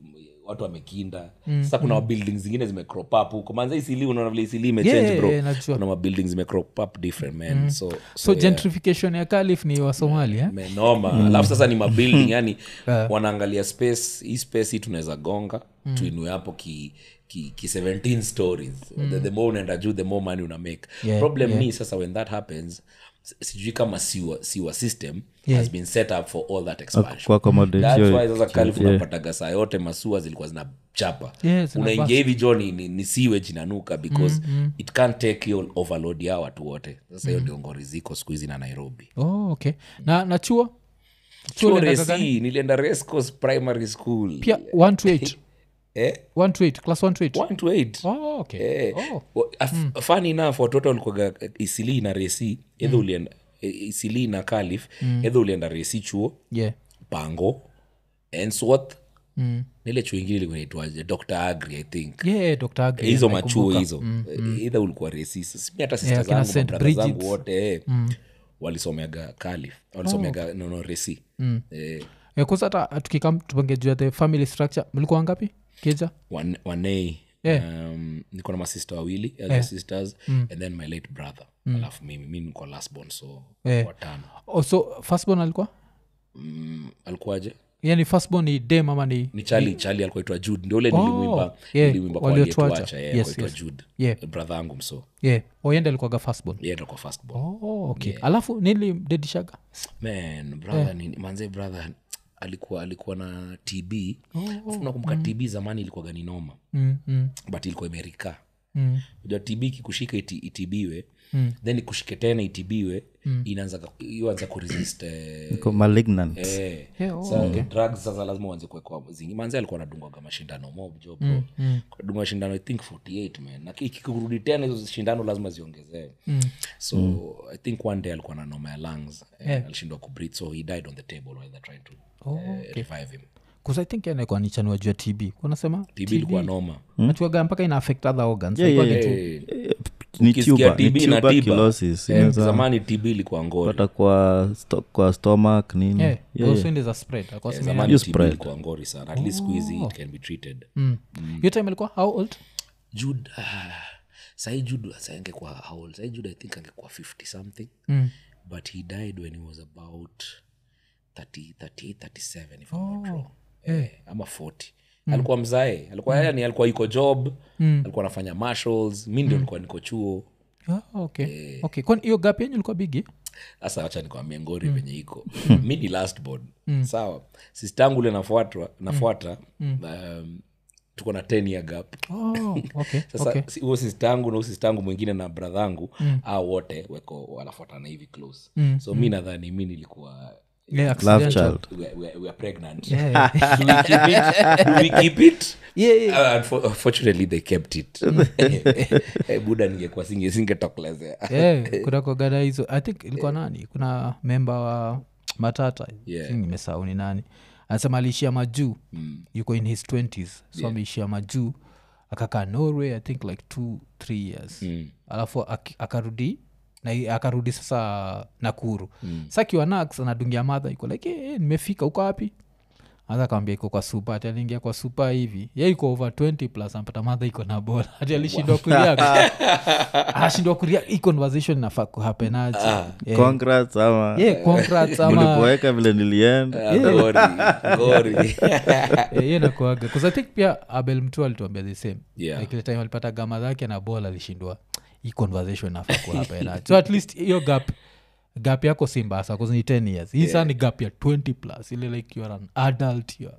[SPEAKER 1] watu wamekinda
[SPEAKER 2] Mm,
[SPEAKER 1] sasa kuna buildings zingine zimecrop up huko manza isili unaona vile isili imechange
[SPEAKER 2] Yeah, yeah,
[SPEAKER 1] bro
[SPEAKER 2] yeah, najua. Mm.
[SPEAKER 1] kuna mabuildings zimecrop up different man so, so,
[SPEAKER 2] so
[SPEAKER 1] yeah,
[SPEAKER 2] gentrification ya kalif ni eh? wasomalia
[SPEAKER 1] menoma
[SPEAKER 2] Mm.
[SPEAKER 1] alafu sasa ni mabuilding yani wanaangalia space hii space hii tunaweza gonga
[SPEAKER 2] Mm.
[SPEAKER 1] tuinue hapo ki ki, ki 17 stories the, the more unaenda juu the more money una make
[SPEAKER 2] Mm. Yeah,
[SPEAKER 1] problem ni sasa when that happens s- sijui kama siwa, siwa system has been set up for all that expansion
[SPEAKER 3] kwa accommodate
[SPEAKER 1] That's
[SPEAKER 3] hiyo-
[SPEAKER 1] why sasa Calif unapataga saa yote masua zilikuwa zinachapa
[SPEAKER 2] Yeah, Mm, zinabust.
[SPEAKER 1] unaingia hivi jo ni, ni, ni siwage inanuka because it can't take hiyo overload ya watu wote sasa
[SPEAKER 2] Mm.
[SPEAKER 1] hiyo ndio ngori ziko siku hizi na nairobi
[SPEAKER 2] oh, okay na, na chuo chuo
[SPEAKER 1] Chuo
[SPEAKER 2] uliendaga
[SPEAKER 1] Resi,
[SPEAKER 2] gani?
[SPEAKER 1] nilienda rescos primary school
[SPEAKER 2] pia 1 to 8
[SPEAKER 1] eh?
[SPEAKER 2] 1 to 8 class 1 to 8
[SPEAKER 1] one to eight
[SPEAKER 2] oh, okay.
[SPEAKER 1] Eh,
[SPEAKER 2] oh.
[SPEAKER 1] wa- af- funny enough watoto walikuaga eh, isili na resi
[SPEAKER 2] Mm.
[SPEAKER 1] edho ulienda eh, isili na kalif edho ulienda resi chuo
[SPEAKER 2] yeah.
[SPEAKER 1] pango ensworth
[SPEAKER 2] Mm.
[SPEAKER 1] nile chuo ingine ilikuwa inaitwaje dr agri i think
[SPEAKER 2] yeah, Dr. Agri,
[SPEAKER 1] hizo
[SPEAKER 2] nakumbuka.
[SPEAKER 1] machuo hizo idha ulikuwa resist mi hata sista
[SPEAKER 2] Yeah, kina Mm.
[SPEAKER 1] zangu
[SPEAKER 2] St.
[SPEAKER 1] mabrada zangu
[SPEAKER 2] Bridget's.
[SPEAKER 1] wote eh, walisomeaga kalif walisomeaga
[SPEAKER 2] Oh.
[SPEAKER 1] nono resi eh,
[SPEAKER 2] Eh, kwanza hata tukikam tupange juu ya the family structure mlikuwa ngapi kija
[SPEAKER 1] wan- wanei
[SPEAKER 2] Yeah. Mm.
[SPEAKER 1] um, niko na masista wawili elder sisters and then my late brother alafu mimi mi niko lastborn so
[SPEAKER 2] Eh.
[SPEAKER 1] watano
[SPEAKER 2] oh, so firstborn alikuwa
[SPEAKER 1] mm, alikuwaje
[SPEAKER 2] yani firstborn ni dem ama ni
[SPEAKER 1] ni chali chali alikuwa itwa jude ndio ule
[SPEAKER 2] Oh,
[SPEAKER 1] nilimwimba
[SPEAKER 2] yeah,
[SPEAKER 1] nilimwimba kwa
[SPEAKER 2] waliotuacha.
[SPEAKER 1] aliyetuacha yeah,
[SPEAKER 2] Yes,
[SPEAKER 1] yes, yes.
[SPEAKER 2] yes.
[SPEAKER 1] jude
[SPEAKER 2] Yeah.
[SPEAKER 1] brother yangu mso
[SPEAKER 2] yeah. oyende alikuwaga firstborn
[SPEAKER 1] yeye ndo kwa firstborn
[SPEAKER 2] oh, okay alafu nilimdedishaga
[SPEAKER 1] man brother nini manze brother alikuwa alikuwa na tb oh, nakumbuka tb zamani ilikuwa gani noma
[SPEAKER 2] mm, mm,
[SPEAKER 1] but ilikuwa imerika
[SPEAKER 2] mm.
[SPEAKER 1] ja tb ikikushika iti, itibiwe mm. then ikushike tena itibiwe mm. inaanza ianza kuresist eh,
[SPEAKER 3] iko malignant
[SPEAKER 1] eh.
[SPEAKER 2] Yeah, oh,
[SPEAKER 1] Sa- drugs sasa lazima uanze kuwekwa zingi manze alikuwa anadungwaga mashindano mob jo bro Kudunga mashindano i think 48 man na ki- ikikurudi tena hizo shindano lazima ziongezewe so i think one day alikuwa na noma ya lungs eh, alishindwa kubreathe, so he died on the table while they're trying to eh, revive him
[SPEAKER 2] Cause I think anaikuwa nichanua juu ya tb kunasema
[SPEAKER 1] tb ilikuwa noma
[SPEAKER 2] nachuaga mpaka ina affect other organs
[SPEAKER 3] Yeah,
[SPEAKER 2] Haikuwa
[SPEAKER 3] yeah,
[SPEAKER 2] kitu-
[SPEAKER 1] Eh,
[SPEAKER 3] ni
[SPEAKER 1] ukisikia
[SPEAKER 3] tuber- ni
[SPEAKER 1] TB na
[SPEAKER 3] tuberculosis,
[SPEAKER 1] tiba, eh,
[SPEAKER 3] inaweza
[SPEAKER 1] zamani tb ilikuwa ngori
[SPEAKER 3] pata kwa sto- kwa stomach
[SPEAKER 2] Yeah,
[SPEAKER 3] nini Yeah, yeah.
[SPEAKER 2] Eh, those wind is a uh, spread. Alikuwa
[SPEAKER 1] Eh,
[SPEAKER 2] sema-
[SPEAKER 1] zamani tb
[SPEAKER 3] spread.
[SPEAKER 1] ilikuwa ngori sana at least siku hizi it can be treated
[SPEAKER 2] Mm. Hiyo time alikuwa how old
[SPEAKER 1] jude ah, sahi jude sahi angekuwa how old? sahi jude i think angekuwa 50 something
[SPEAKER 2] Mm.
[SPEAKER 1] but he died when he was about 30, 38, 37 if I'm not wrong. Eh, ama 40 alikuwa mzae alikuwa yani alikuwa iko job alikuwa anafanya marshals mi ndio nilikuwa niko chuo
[SPEAKER 2] Ah, okay.
[SPEAKER 3] Eh.
[SPEAKER 2] Okay. kwani hiyo gap yenyu ilikuwa bigi
[SPEAKER 1] sasa wacha nikwambie ngori venye iko mi ni last born sawa sistangu ule nafuatwa nafuata um, tuko na 10 year gap
[SPEAKER 2] oh, okay.
[SPEAKER 1] sasa
[SPEAKER 2] okay.
[SPEAKER 1] si- huyo sista yangu na huyo sista yangu mwingine na bradha yangu mm. au wote weko wanafuatana hivi close mm. so mi nadhani mi nilikuwa
[SPEAKER 2] Yeah,
[SPEAKER 3] love
[SPEAKER 2] accidental.
[SPEAKER 3] child
[SPEAKER 1] we are- we are- we are pregnant
[SPEAKER 2] Yeah, yeah.
[SPEAKER 1] do we keep it, do we keep it?
[SPEAKER 2] Yeah, yeah.
[SPEAKER 1] Uh, unfo- unfortunately they kept it Eh, buda ningekuwa singe singetokelezea
[SPEAKER 2] Yeah, Eh, kuna kogada hizo i think ilikuwa nani kuna memba wa matata
[SPEAKER 1] Yeah.
[SPEAKER 2] Si nimesahau ni nani anasema aliishia majuu yuko in his 20s so ameishia majuu akakaa norway i think like two three years alafu ak- akarudi na i- akarudi sasa nakuru mm. sa akiwa nax anadungia madha iko like hey, nimefika uko wapi aza kawambia iko kwa supa ati aliingia kwa supa hivi ye iko over 20 plus anapata madha iko na bola ati alishindwa kuria anashindwa Ah, kuria hii conversation inafaa kuhapenaji
[SPEAKER 3] congrats ama
[SPEAKER 2] hiyo
[SPEAKER 3] mlikuweka vile
[SPEAKER 2] Uh,
[SPEAKER 3] nilienda
[SPEAKER 1] Ah, ngori, ngori.
[SPEAKER 2] inakuaga bcause i think pia abel mtu alituambia the same
[SPEAKER 1] Yeah.
[SPEAKER 2] Like ile time alipata gama zake na bol alishindwa hii conversation after kuhapena so at least hiyo gap gap yako si mbasa bcause ni 10 years hii saa ni gap ya 20 plus ile like youare an adult you're,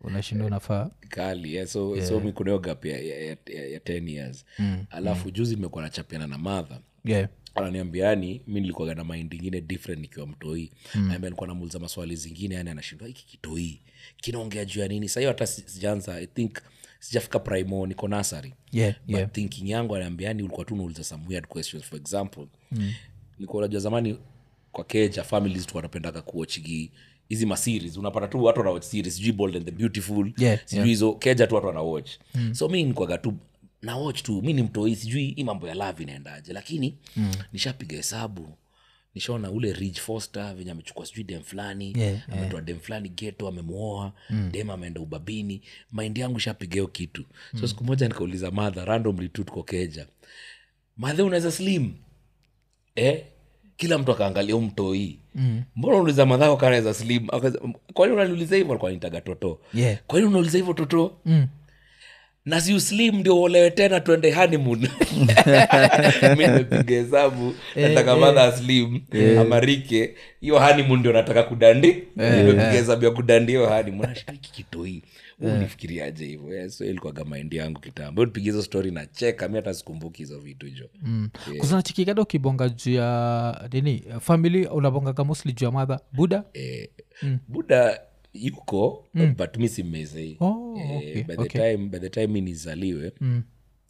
[SPEAKER 2] unashinda unafaa
[SPEAKER 1] kali yeah, so, yeah. so mikuneo gap ya, ya, ya, ya, ya 10 years mm. alafu mm. juzi imekuwa nachapiana na madha
[SPEAKER 2] yeah.
[SPEAKER 1] ananiambiani mi nilikuaga na mind ingine different nikiwa mtoi mm. alikuwa namuuliza maswali zingine yani anashindwa hiki kitoi kinaongea juu ya nini sahiyo hata si- sijaanza i think sijafika primo niko nasari
[SPEAKER 2] Yeah, yeah.
[SPEAKER 1] but thinking yangu anaambiani ulikuwa tu unauliza some weird questions for example mm. nikuwa najua zamani kwa keja families tu wanapendaga kuochigi hizi maseries unapata tu watu wanawatch series sijui bold and the beautiful
[SPEAKER 2] Yeah,
[SPEAKER 1] sijui hizo keja tu watu wanawatch mm. so mi nikwaga tu nawatch tu mi ni mtoi sijui hii mambo ya love inaendaje lakini mm. nishapiga hesabu nishaona ule Ridge foster venye amechukua sijui dem fulani
[SPEAKER 2] Yeah,
[SPEAKER 1] ametoa dem fulani geto amemwoa mm. dem ameenda ubabini maindi yangu ishapiga hiyo kitu
[SPEAKER 2] Mm.
[SPEAKER 1] so siku moja nikauliza madha randomly tu tuko keja madhe unaweza slim eh? kila mtu akaangalia u mtoi mm. mbona unauliza madhao kanaweza slim Akaza- m- kwani unaniuliza hivyo alikuwa nitaga toto
[SPEAKER 2] Yeah.
[SPEAKER 1] kwani unauliza hivyo toto mm na si uslim ndio olewe tena twende honeymoon mi napiga hesabu nataka madha aslim amarike hiyo honeymoon ndio nataka kudandi nimepiga hesabu ya kudandi hiyo honeymoon ashiriki kitoi ulifikiriaje hivyo Yeah, so ilikuwaga maindi yangu kitambo nipiga hizo story na cheka mi hata sikumbuki hizo vitu jo
[SPEAKER 2] mm. kuzanachikikada ukibonga juu ya nini famili unabongaga mostly juu ya madha buda
[SPEAKER 1] buda Eh, yuko mm. but mi simezei
[SPEAKER 2] Oh,
[SPEAKER 1] Eh,
[SPEAKER 2] okay,
[SPEAKER 1] by, the time, by the time mi nizaliwe mm.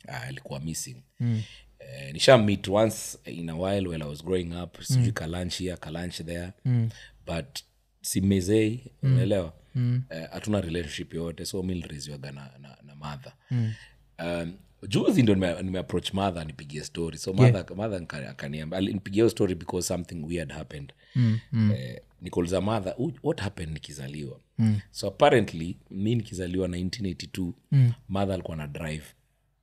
[SPEAKER 1] alikuwa missing mm. Eh, nisha meet once in a while when i was growing up sijui kalanch here kalanch there mm. but simezei unaelewa mm. hatuna relationship yoyote so mi nilireziwaga na, na, na madha mm. um, juzi ndo nime- nimeapproach mother nipigie story so mother, mother nika- akaniambia alinipigia hiyo story because something weird happened mm, mm. eh, nikauliza mother "Uj- what happened nikizaliwa mm. so apparently mi nikizaliwa 1982 mm. mother alikuwa na drive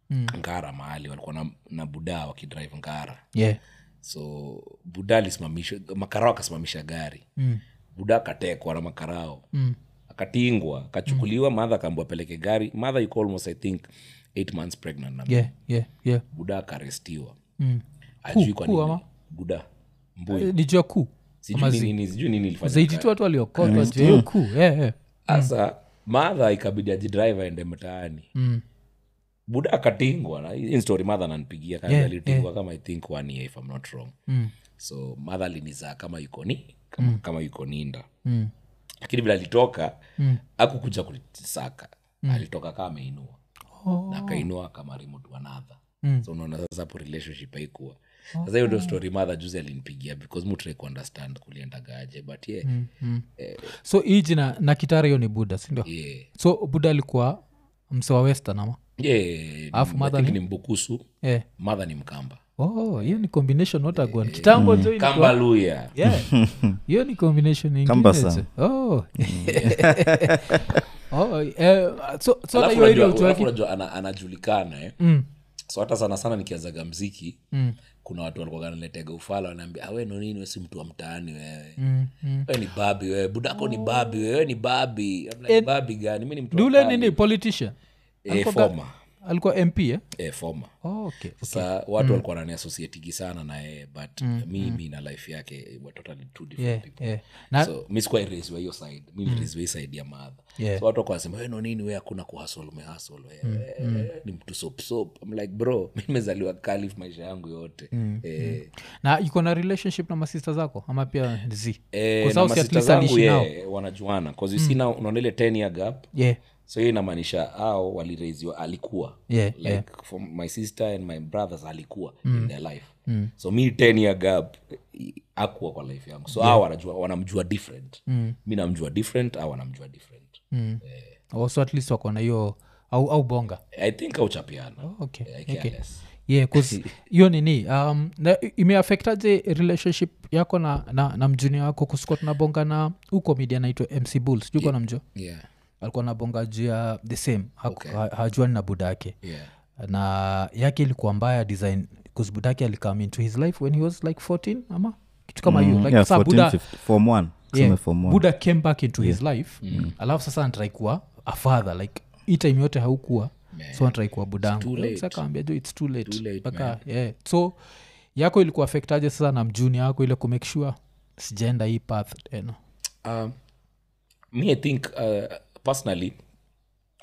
[SPEAKER 1] mm. ngara mahali walikuwa na, na budaa wakidrive ngara
[SPEAKER 2] yeah.
[SPEAKER 1] so buda alisimamisha makarao akasimamisha gari mm. buda akatekwa na makarao mm. akatingwa akachukuliwa mm. madha akaambua apeleke gari madha yuko almost i think eight months pregnant na
[SPEAKER 2] yeah, yeah, yeah.
[SPEAKER 1] buda akarestiwa
[SPEAKER 2] Mm.
[SPEAKER 1] ajui kwa
[SPEAKER 2] ku ama?
[SPEAKER 1] nini buda mbui
[SPEAKER 2] Eh, ni juu ya kuu
[SPEAKER 1] sijui nini- nini sijui nini ilifanya
[SPEAKER 2] zaititu watu waliokotwa
[SPEAKER 1] Mm.
[SPEAKER 2] juu ya hiyo kuu yeah, yeah.
[SPEAKER 1] sasa madha ikabidi ajidrive aende mtaani mm. buda akatingwa na hii story madha ananipigia kama alitingwa kama i think one year if I'm not wrong mm. so madha alinizaa kama yuko ni kama, mm. kama yuko ninda
[SPEAKER 2] Mm.
[SPEAKER 1] lakini vile alitoka mm. akukuja kulisaka mm. alitoka kama ameinua
[SPEAKER 2] Oh.
[SPEAKER 1] na akainua akamarimu tu anadha mm. so unaona sasa hapo relationship haikuwa sasa hiyo ndio story madha juzi alinipigia because mutrai kuunderstand kuliendagaje but yeah, mm.
[SPEAKER 2] so hii jina na kitara hiyo ni buda sindio
[SPEAKER 1] yeah.
[SPEAKER 2] so buda alikuwa msewa western ama
[SPEAKER 1] yeah,
[SPEAKER 2] Alafu
[SPEAKER 1] I
[SPEAKER 2] mother
[SPEAKER 1] think
[SPEAKER 2] ni-
[SPEAKER 1] ni mbukusu
[SPEAKER 2] Eh.
[SPEAKER 1] madha ni mkamba
[SPEAKER 2] oh hiyo ni combination not a
[SPEAKER 1] Mm.
[SPEAKER 2] one kitambo jo ilikuwa-
[SPEAKER 1] kamba luya
[SPEAKER 2] Yeah. hiyo ni combination ingine
[SPEAKER 3] Cumbersome.
[SPEAKER 2] jo. Oh. Oh, eh, so- so hata
[SPEAKER 1] Alafu
[SPEAKER 2] hiyo area
[SPEAKER 1] unajua-
[SPEAKER 2] utoaki-
[SPEAKER 1] alafu unajua ana- anajulikana eh.
[SPEAKER 2] Mm,
[SPEAKER 1] so hata sana sana nikianzaga mziki
[SPEAKER 2] mm,
[SPEAKER 1] kuna watu walikuwaganaleteaga ufala "Ah, wanaambia awe nonini wesi mtu wa mtaani wewe
[SPEAKER 2] mm, mm. Oh.
[SPEAKER 1] we ni babi wewe budako ni babi wewe we ni babi I'm like, babi gani mi ni mtu wa
[SPEAKER 2] dule
[SPEAKER 1] mtaani."
[SPEAKER 2] nini politician
[SPEAKER 1] Eh, former.
[SPEAKER 2] alikuwa mp eh?
[SPEAKER 1] Eh, former.
[SPEAKER 2] oh, okay. Mm.
[SPEAKER 1] sasa watu walikuwa naniasosietigi sana na yeye but mi mi na life yake were totally two different
[SPEAKER 2] yeah,
[SPEAKER 1] people
[SPEAKER 2] yeah. Eh, na Mm.
[SPEAKER 1] so mi sikuwa raiswa hiyo side mi raiswa hii side ya madha
[SPEAKER 2] Yeah. Mm,
[SPEAKER 1] so watu wakanasema weno nini we hakuna kuhasol umehasol we eh, ni mtu sopsop I'm like bro mi nimezaliwa kalif maisha yangu yote
[SPEAKER 2] Mm,
[SPEAKER 1] eh,
[SPEAKER 2] na iko na relationship na masista zako ama pia z
[SPEAKER 1] eh,
[SPEAKER 2] Kwa
[SPEAKER 1] na
[SPEAKER 2] sababu si at
[SPEAKER 1] masista
[SPEAKER 2] least
[SPEAKER 1] zangu
[SPEAKER 2] aliishi nao. Mm.
[SPEAKER 1] ye wanajuana kausina unaona ile 10 year gap
[SPEAKER 2] yeah.
[SPEAKER 1] so hiyo inamaanisha ao walireziwa alikuwa
[SPEAKER 2] Yeah,
[SPEAKER 1] like
[SPEAKER 2] yeah.
[SPEAKER 1] For my sister and my brothers alikuwa mm. in their life mm. so mi 10 year gap i- akuwa kwa life yangu so yeah. ao wanajua wanamjua different mm. mi namjua different au wanamjua different
[SPEAKER 2] Mm. Oh, so at least wako na hiyo au, au bonga
[SPEAKER 1] i think auchapiana
[SPEAKER 2] Oh, okay.
[SPEAKER 1] I care
[SPEAKER 2] okay.
[SPEAKER 1] less.
[SPEAKER 2] yeah 'cause hiyo nini um, na i- imeaffectaje relationship yako na, na, na mjuni wako kusikuwa tunabonga na huko media naitwa mc bull sijuu yeah. namjua
[SPEAKER 1] yeah.
[SPEAKER 2] alikuwa nabonga juu ya the same okay. hajuani na buda yake
[SPEAKER 1] Yeah.
[SPEAKER 2] na yake ilikuwa mbaya design bcause buda yake alikame into his life when he was like 14 ama kitu kama hiyo like,
[SPEAKER 3] Mm, yeah,
[SPEAKER 2] saa
[SPEAKER 3] 14,
[SPEAKER 2] buda
[SPEAKER 3] 15, form one. Tuseme
[SPEAKER 2] yeah,
[SPEAKER 3] form one.
[SPEAKER 2] buda came back into his life alafu sasa antrai kuwa a father like hii time yote haukuwa so natrai kuwa budangu
[SPEAKER 1] late.
[SPEAKER 2] sakaambia jo its too late
[SPEAKER 1] Too late,
[SPEAKER 2] mpaka yeah. so yako ilikuwa afektaje sasa na mjuni yako ile kumake sure sijaenda hii path tena
[SPEAKER 1] um, me i think uh, personally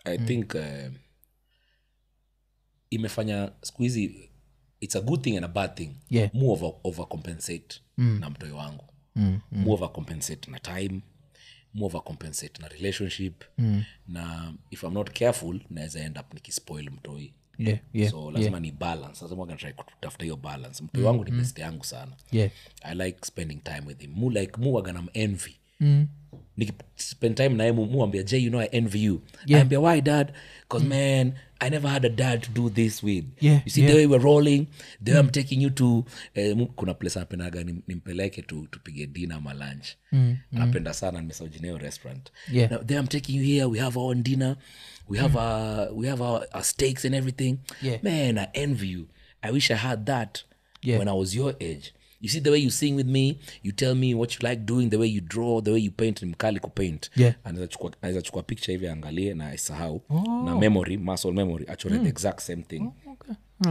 [SPEAKER 1] i mm. think uh, imefanya siku hizi it's a good thing and a bad thing
[SPEAKER 2] Yeah.
[SPEAKER 1] mu over, overcompensate mm. na mtoyo wangu mm, mm. mu overcompensate na time mu overcompensate na relationship mm. na if i'm not careful naweza end up nikispoil mtoi
[SPEAKER 2] yeah, yeah,
[SPEAKER 1] so lazima ni balance lazima try kutafuta hiyo balance mtoi wangu ni best yangu sana
[SPEAKER 2] yeah.
[SPEAKER 1] i like spending time with him mu like mu waganam envy mm. nikispend time naye mu- muambia j you know i envy you yeah. ambia why dad because mm. man i never had a dad to do this with
[SPEAKER 2] Yeah,
[SPEAKER 1] you see the way we're rolling the way i'm taking you to eh, mu- kuna place anapendaga nim- nimpeleke tu tupige dina ama lunch mm. anapenda sana nimesajineo restaurant
[SPEAKER 2] Yeah.
[SPEAKER 1] Now, the way i'm taking you here we have our own dinner we have our, we have our, our steaks and everything
[SPEAKER 2] Mm. Yeah.
[SPEAKER 1] man i envy you i wish i had that
[SPEAKER 2] Yeah.
[SPEAKER 1] when I was your age. You see the way you sing with me, you tell me what you like doing, the way you draw, the way you paint, ni mkali kupaint.
[SPEAKER 2] Yeah.
[SPEAKER 1] Anaweza chukua- anaweza chukua picture hivi aangalie na aisahau
[SPEAKER 2] Oh.
[SPEAKER 1] na memory, muscle memory, achore
[SPEAKER 2] Mm.
[SPEAKER 1] the exact same thing.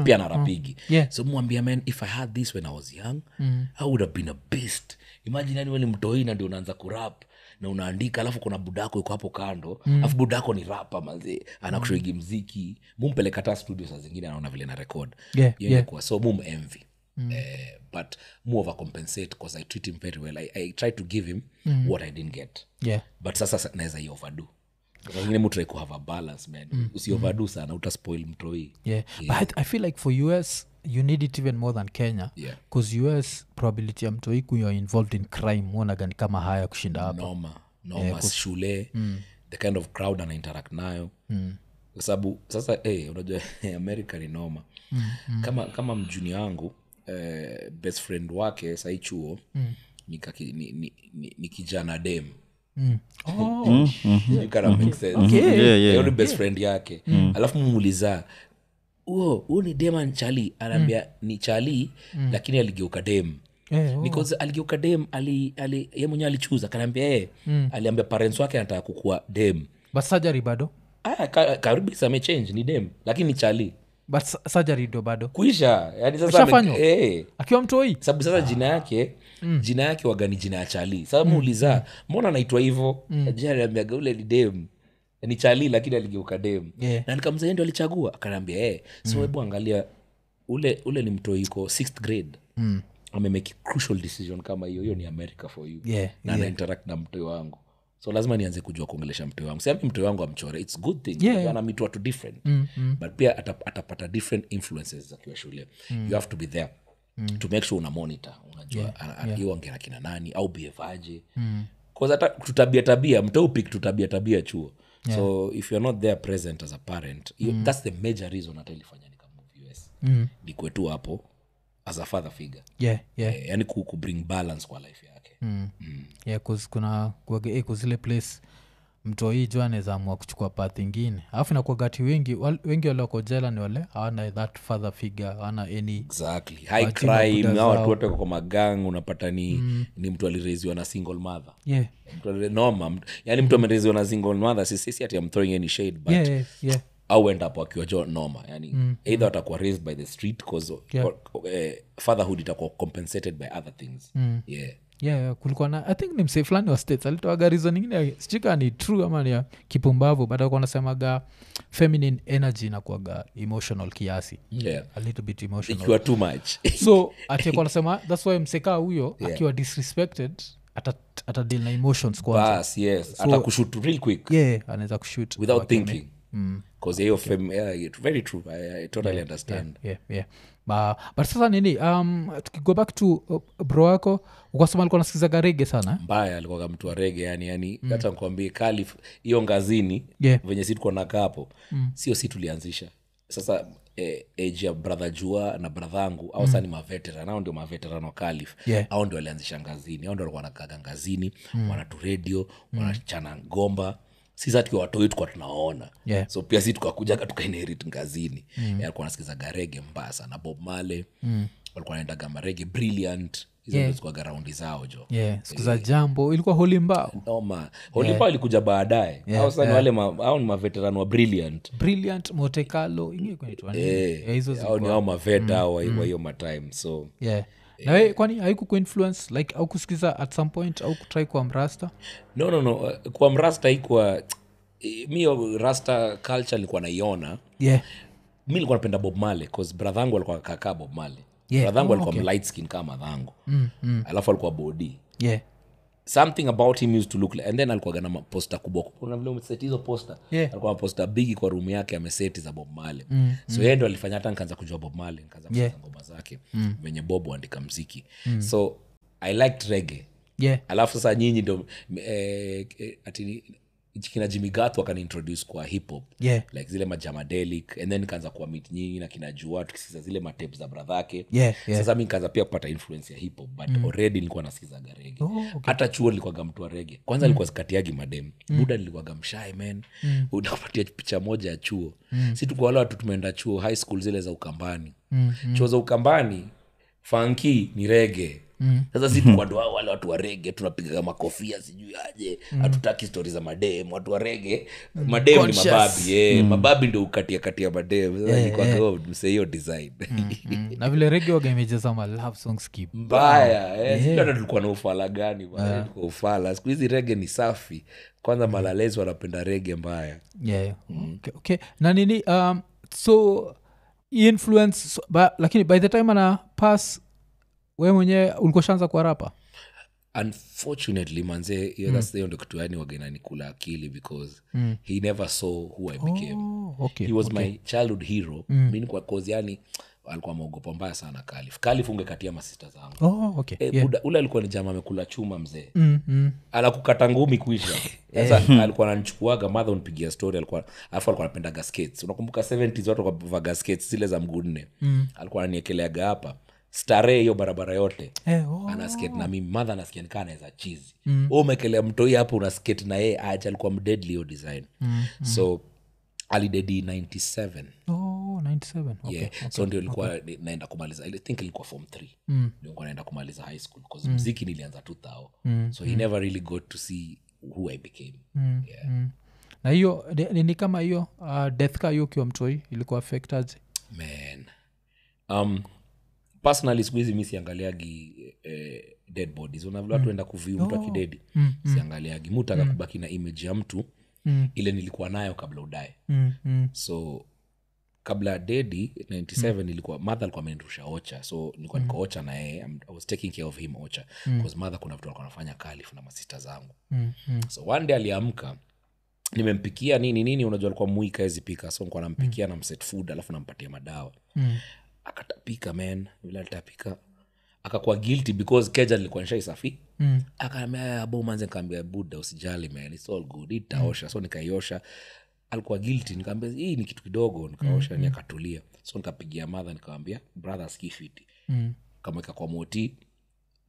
[SPEAKER 1] pia narapigi
[SPEAKER 2] Yeah. Mm-hmm.
[SPEAKER 1] so mwambia man if i had this when i was young i would have been a beast imagine yani weni mtoi na ndio unaanza kurap na unaandika alafu kuna budako yuko hapo kando
[SPEAKER 2] Mm.
[SPEAKER 1] alafu budako ni rapa mazee anakushoigi mziki mumpeleka hata studio saa zingine anaona vile na rekod
[SPEAKER 2] Yeah,
[SPEAKER 1] Hiyo
[SPEAKER 2] yeah. Mm.
[SPEAKER 1] imekuwa so mum envy Eh, but mu overcompensate because i treat him very well i, I try to give him
[SPEAKER 2] Mm.
[SPEAKER 1] what i didn't get
[SPEAKER 2] yeah.
[SPEAKER 1] but sasa sa- naweza i overdo Saa zingine mutrai kuhave a balance man
[SPEAKER 2] Mm.
[SPEAKER 1] usioverdo sana utaspoil mtoi
[SPEAKER 2] yeah. but I, I feel like for us you need it even more than kenya
[SPEAKER 1] Yeah.
[SPEAKER 2] bcause us probability ya mtoi kuwa involved in crime huonaga ni kama haya kushinda hapa Eh, Mm.
[SPEAKER 1] noma noma shule the kind of crowd ana interact nayo kwa sababu sasa hey, unajua america ni noma
[SPEAKER 2] Mm,
[SPEAKER 1] kama kama mjuni wangu eh, best friend wake sai chuo
[SPEAKER 2] Mm.
[SPEAKER 1] ni, kaki, ni, ni, ni, ni kijana dem
[SPEAKER 3] Mm,
[SPEAKER 2] oh,
[SPEAKER 1] You gotta make sense.
[SPEAKER 2] Okay. Mm.
[SPEAKER 3] Yeah, yeah.
[SPEAKER 1] Yule best friend yake alafu mumuuliza huo huu ni dema nchali anaambia
[SPEAKER 2] Mm.
[SPEAKER 1] ni chali lakini aligeuka dem
[SPEAKER 2] Eh, oh.
[SPEAKER 1] because aligeuka dem ali, ali, ye mwenyewe alichuza kanaambia ee
[SPEAKER 2] Hmm.
[SPEAKER 1] aliambia parents wake anataka kukua dem
[SPEAKER 2] but surgery bado
[SPEAKER 1] Ah, ka, karibis amechange ni dem lakini ni chali
[SPEAKER 2] but su- surgery ndo bado
[SPEAKER 1] kuisha yani sasa
[SPEAKER 2] Ushafanywa?
[SPEAKER 1] ame- eh
[SPEAKER 2] akiwa mtoi
[SPEAKER 1] sababu sasa jina yake
[SPEAKER 2] Hmm.
[SPEAKER 1] jina yake wagani jina ya chali sasa muuliza mbona anaitwa hivo
[SPEAKER 2] Hmm.
[SPEAKER 1] je aliambiaga ule ni dem ni chali lakini aligeuka dem
[SPEAKER 2] Yeah. Hmm.
[SPEAKER 1] na nikamza yeye ndio alichagua akanaambia eh so hebu angalia ule ule ni mtoi yuko sixth grade
[SPEAKER 2] Hmm.
[SPEAKER 1] mm. amemeki crucial decision kama hiyo hiyo ni america for you
[SPEAKER 2] Yeah,
[SPEAKER 1] na anainteract na mtoi wangu so lazima nianze kujua kuongelesha mtoi wangu siami mtoi wangu amchore its good thing
[SPEAKER 2] Yeah.
[SPEAKER 1] Unajua anameet watu different mm, mm. but pia atap, atapata different influences akiwa shule mm. you have to be there mm. to make sure una monitor unajua yeah, yeah. angena kina nani au behaveaje mm. hata tutabia tabia mteupik tutabia tabia chuo yeah. so if youare not there present as a parent you, mm. that's the major reason hata ilifanya nikamove us mm. nikue tu hapo as a father figure
[SPEAKER 2] yeah, yeah.
[SPEAKER 1] eh, yani ku, ku bring balance kwa life yake mm.
[SPEAKER 2] yeah, 'cause kuna kuwaga- eh, 'cause ile place mtoi jo anaweza amua kuchukua path ingine alafu inakuagati wengi wal- wengi walioko jela ni wale hawana that father figure hawana any
[SPEAKER 1] exactly high
[SPEAKER 2] Wachina
[SPEAKER 1] crime
[SPEAKER 2] kuda
[SPEAKER 1] na watu
[SPEAKER 2] zao. Mm.
[SPEAKER 1] wote wako kwa magang unapata ni, ni mtu alireziwa na single mother
[SPEAKER 2] yeah.
[SPEAKER 1] Mtu alire- noma mtu- yani mtu amereziwa na single mother si- sisi ati I'm throwing any shade but
[SPEAKER 2] Yeah, yeah, yeah.
[SPEAKER 1] au end up wakiwa jo noma yani either watakuwa raised by the street cause
[SPEAKER 2] Yeah.
[SPEAKER 1] or- or, eh, fatherhood itakuwa compensated by other things mm. yeah
[SPEAKER 2] Yeah, yeah, kulikuwa na i think ni msee fulani wa states alitoaga reason ingine sichika ni true ama ni ya kipumbavu but alikuwa anasemaga feminine energy inakuaga emotional kiasi
[SPEAKER 1] yeah
[SPEAKER 2] a little bit emotional
[SPEAKER 1] ikiwa too much
[SPEAKER 2] so atiekuwa anasema thats why msekaa huyo akiwa disrespected ata- atadil na emotions kwanza
[SPEAKER 1] bas yes hata kushoot real quick
[SPEAKER 2] yeah anaweza kushut
[SPEAKER 1] without thinking because hiyo fem- yeah, it- very true i, I totally understand
[SPEAKER 2] Mm. yeah, yeah. Ba, but sasa nini um, tukigo back to uh, bro wako ukasema alikuwa nasikizaga rege sana eh? Mm.
[SPEAKER 1] mbaya alikuwa kama mtu wa rege yani yani hata nkwambie kali hiyo ngazini
[SPEAKER 2] Yeah. Mm.
[SPEAKER 1] venye si tukonakaa hapo sio si tulianzisha sasa eh, age ya brother jua na bradhangu au saa ni maveteran au ndio maveteran wa kalif
[SPEAKER 2] Mm. Yeah. Mm.
[SPEAKER 1] au ndio walianzisha ngazini au ndio walikuwa wanakaga ngazini wanaturedio wanachana ngomba si saa tukiwa watoi tukuwa tunaona
[SPEAKER 2] Yeah.
[SPEAKER 1] so pia si tukakuja tukainherit ngazini mm. alikuwa anasikizaga rege mbaya sana bob male mm. walikuwa naendaga marege brilliant
[SPEAKER 2] Yeah.
[SPEAKER 1] hizoskwaga raundi zao jo
[SPEAKER 2] yeah, siku za jambo ilikuwa holi mbao
[SPEAKER 1] noma holipa alikuja baadaye au sasa ni wale ma- au ni maveteran wa brilliant
[SPEAKER 2] brilliant motekalo ingine kunaitwa nini?
[SPEAKER 1] Eh,
[SPEAKER 2] Yeah, hizo
[SPEAKER 1] au
[SPEAKER 2] zilikuwa Mm,
[SPEAKER 1] ni ao maveta au wa- wa hiyo matime so
[SPEAKER 2] yeah nawe kwani haiku kuinfluence like au kusikiza at some point au kutrai kuwa mrasta
[SPEAKER 1] no no no uh, kwa mrasta ikwa mi rasta culture nilikuwa naiona
[SPEAKER 2] yeah
[SPEAKER 1] mi likuwa napenda bob male bause bradhangu alikuwa kakaa bob male
[SPEAKER 2] Yeah,
[SPEAKER 1] bradhangu
[SPEAKER 2] oh,
[SPEAKER 1] alikuwa
[SPEAKER 2] okay.
[SPEAKER 1] light skin kama madhangu mm, mm. alafu alikuwa bodi
[SPEAKER 2] yeah
[SPEAKER 1] something about him used to look like, and then alikuwaga na posta kubwa kuna vile umeseti hizo posta
[SPEAKER 2] Yeah.
[SPEAKER 1] alikuwa na posta bigi kwa rumu yake ameseti za bob male mm, so yeye ndo alifanya hata nikaanza kujua bob male nikaanza kusikiza
[SPEAKER 2] Yeah.
[SPEAKER 1] ngoma zake mm. venye bob huandika mziki mm. so i liked rege
[SPEAKER 2] yeah
[SPEAKER 1] alafu sasa nyinyi ndo eh, eh, ati ni- kina jimmy gath wakaniintroduce kwa hip hop
[SPEAKER 2] yeah
[SPEAKER 1] like zile majamadelic and then nikaanza kuwa mit nyingi na kinajua tukisikiza zile matep za bradhake
[SPEAKER 2] Yeah, yeah.
[SPEAKER 1] sasa mi nikaanza pia kupata influence ya hip hop but already nilikuwa nasikizaga rege
[SPEAKER 2] Mm. Oh, okay. Mm.
[SPEAKER 1] hata chuo nilikuwaga mtu wa rege kwanza nilikuwa sikatiagi madem buda nilikuwaga mshae men unapatia picha moja ya chuo
[SPEAKER 2] Mm.
[SPEAKER 1] si tukuwa wale watu tumeenda chuo high school zile za ukambani
[SPEAKER 2] mm.
[SPEAKER 1] chuo za ukambani fanki ni rege
[SPEAKER 2] Mm.
[SPEAKER 1] sasa si tukwadoa wale watu wa rege tunapigaga makofia sijui aje
[SPEAKER 2] Mm.
[SPEAKER 1] hatutaki stori za madem watu wa rege madem
[SPEAKER 2] Conscious.
[SPEAKER 1] ni mababi
[SPEAKER 2] Mm.
[SPEAKER 1] eh, mababi ndo ukatia katia madem sasa ilikuwaga huo mse hiyo design
[SPEAKER 2] Mm, na vile rege waga imejeza ma love songs kib
[SPEAKER 1] mbaya eh, Ah. sijui hata tulikuwa na ufala gani bwana, tulikuwa ufala siku hizi rege ni safi kwanza malalezi wanapenda rege mbaya
[SPEAKER 2] yeah Mm. okay, okay. na nini um, so influence so, ba, lakini by the time ana pass we mwenyewe ulikuwa shaanza kwa rapa
[SPEAKER 1] unfortunately manze hiyo that's hiyo ndo kitu yani wagenanikula akili because he never saw who i became
[SPEAKER 2] oh, okay.
[SPEAKER 1] he was my childhood hero mm. kwa cause yani alikuwa maogopa mbaya sana kalif kalif ungekatia masista zangu
[SPEAKER 2] oh, okay.
[SPEAKER 1] Eh, buda, ule alikuwa ni jama amekula chuma mzee
[SPEAKER 2] Mm, mm.
[SPEAKER 1] anakukata ngumi kuisha sasa alikuwa ananichukuaga madha unipigia story alikuwa alafu alikuwa anapendaga skates unakumbuka 70s watu wakavaga skates zile za mguu nne alikuwa ananiekeleaga hapa starehe hiyo barabara yote
[SPEAKER 2] Eh, oh.
[SPEAKER 1] anaskate na mimi madha anasikia nikaa anaweza chizi mm. umekelea mtoi hapo unaskate na yeye acha alikuwa mdedli hiyo design mm. so alidedi 97
[SPEAKER 2] Oh, 97 okay.
[SPEAKER 1] yeah. so ndio ilikuwa ni- naenda kumaliza i think ilikuwa form th mm. nilikuwa naenda kumaliza high school bcause mm. mziki nilianza tu thao mm. so he never really got to see who i became mm. yeah.
[SPEAKER 2] Mm. na hiyo de- nini kama hiyo uh, death ka hiyo ukiwa mtoi ilikuwa affected
[SPEAKER 1] man um, personally siku hizi mi siangaliagi eh, dead bodies unavila watu enda kuviu mtu akidedi
[SPEAKER 2] Hmm.
[SPEAKER 1] siangaliagi mutaka kubaki na image ya mtu
[SPEAKER 2] Mm.
[SPEAKER 1] ile nilikuwa nayo kabla udae
[SPEAKER 2] mm, mm.
[SPEAKER 1] so kabla ya dedi 97 mm. ilikuwa madha alikuwa amenirusha ocha so nilikuwa niko ocha na yeye I'm- i was taking care of him ocha bcause madha kuna vitu alikuwa anafanya kalif na masista zangu
[SPEAKER 2] Mm, mm.
[SPEAKER 1] so one day aliamka nimempikia nini nini unajua alikuwa muika ezipika so nikuwa nampikia mm. namset food alafu nampatia madawa
[SPEAKER 2] Mm.
[SPEAKER 1] akatapika man vile alitapika akakuwa guilty because keja nilikuwa nishaisafi
[SPEAKER 2] Mm.
[SPEAKER 1] "Eh, akaambiabomanze nikaambia buda usijali man its all good itaosha so nikaiosha alikuwa guilty nikaambia hii ni kitu kidogo nikaosha ni akatulia so nikapigia madha nikawambia brother skifiti
[SPEAKER 2] Mm.
[SPEAKER 1] kamweka kwa moti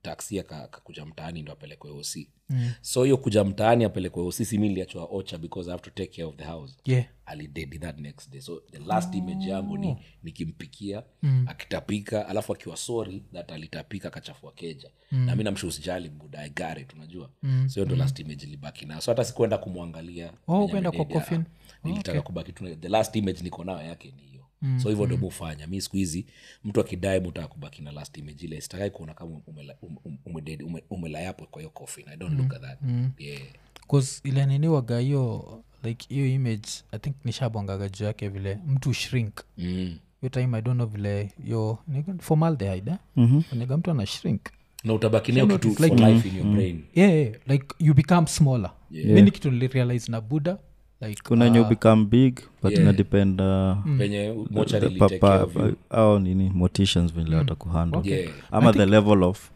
[SPEAKER 1] taksi aka- akakuja mtaani ndo apelekwe osi mm. so hiyo kuja mtaani apelekwe osi si mi niliachwa ocha because i have to take care of the house
[SPEAKER 2] yeah
[SPEAKER 1] alidedi that next day so the last image yangu
[SPEAKER 2] Oh.
[SPEAKER 1] ni nikimpikia
[SPEAKER 2] Mm.
[SPEAKER 1] akitapika alafu akiwa sorry that alitapika akachafua keja
[SPEAKER 2] Mm.
[SPEAKER 1] na mi namshu usijali buda I got it unajua so hiyo ndo last image ilibaki nayo so hata sikuenda kumwangalia
[SPEAKER 2] Oh,
[SPEAKER 1] venye
[SPEAKER 2] ukaenda kwa
[SPEAKER 1] amededi, ah,
[SPEAKER 2] coffin. Oh,
[SPEAKER 1] nilitaka kubaki tu the last image niko nayo yake ni hiyo
[SPEAKER 2] Mm,
[SPEAKER 1] so hivyo ndo mufanya mi siku hizi mtu akidae mutaka kubaki na last image ile sitakai kuona kama umela- um- um- umededi- ume- umelayapo kwa hiyo coffin i don't
[SPEAKER 2] Mm,
[SPEAKER 1] look at that yeah.
[SPEAKER 2] bcause ilaniniwaga hiyo like hiyo image i think nishabwangaga juu yake vile mtu shrink
[SPEAKER 1] mm.
[SPEAKER 2] hiyo time i don't know vile yo formaldehyde nega mtu ana shrink
[SPEAKER 1] na utabaki nayo kitu for
[SPEAKER 2] like- Mm.
[SPEAKER 1] life in your brain
[SPEAKER 2] yeah, yeah, like you become smaller
[SPEAKER 1] Yeah.
[SPEAKER 2] mini kitu nilirealize na buddha like
[SPEAKER 3] kuna nye
[SPEAKER 2] Uh,
[SPEAKER 3] ubicome big but
[SPEAKER 1] yeah.
[SPEAKER 3] inadepend uh,
[SPEAKER 1] penye
[SPEAKER 2] Mm.
[SPEAKER 1] mocha
[SPEAKER 3] the papa au nini motitions vile watakuhandle
[SPEAKER 2] Mm.
[SPEAKER 3] ama the level of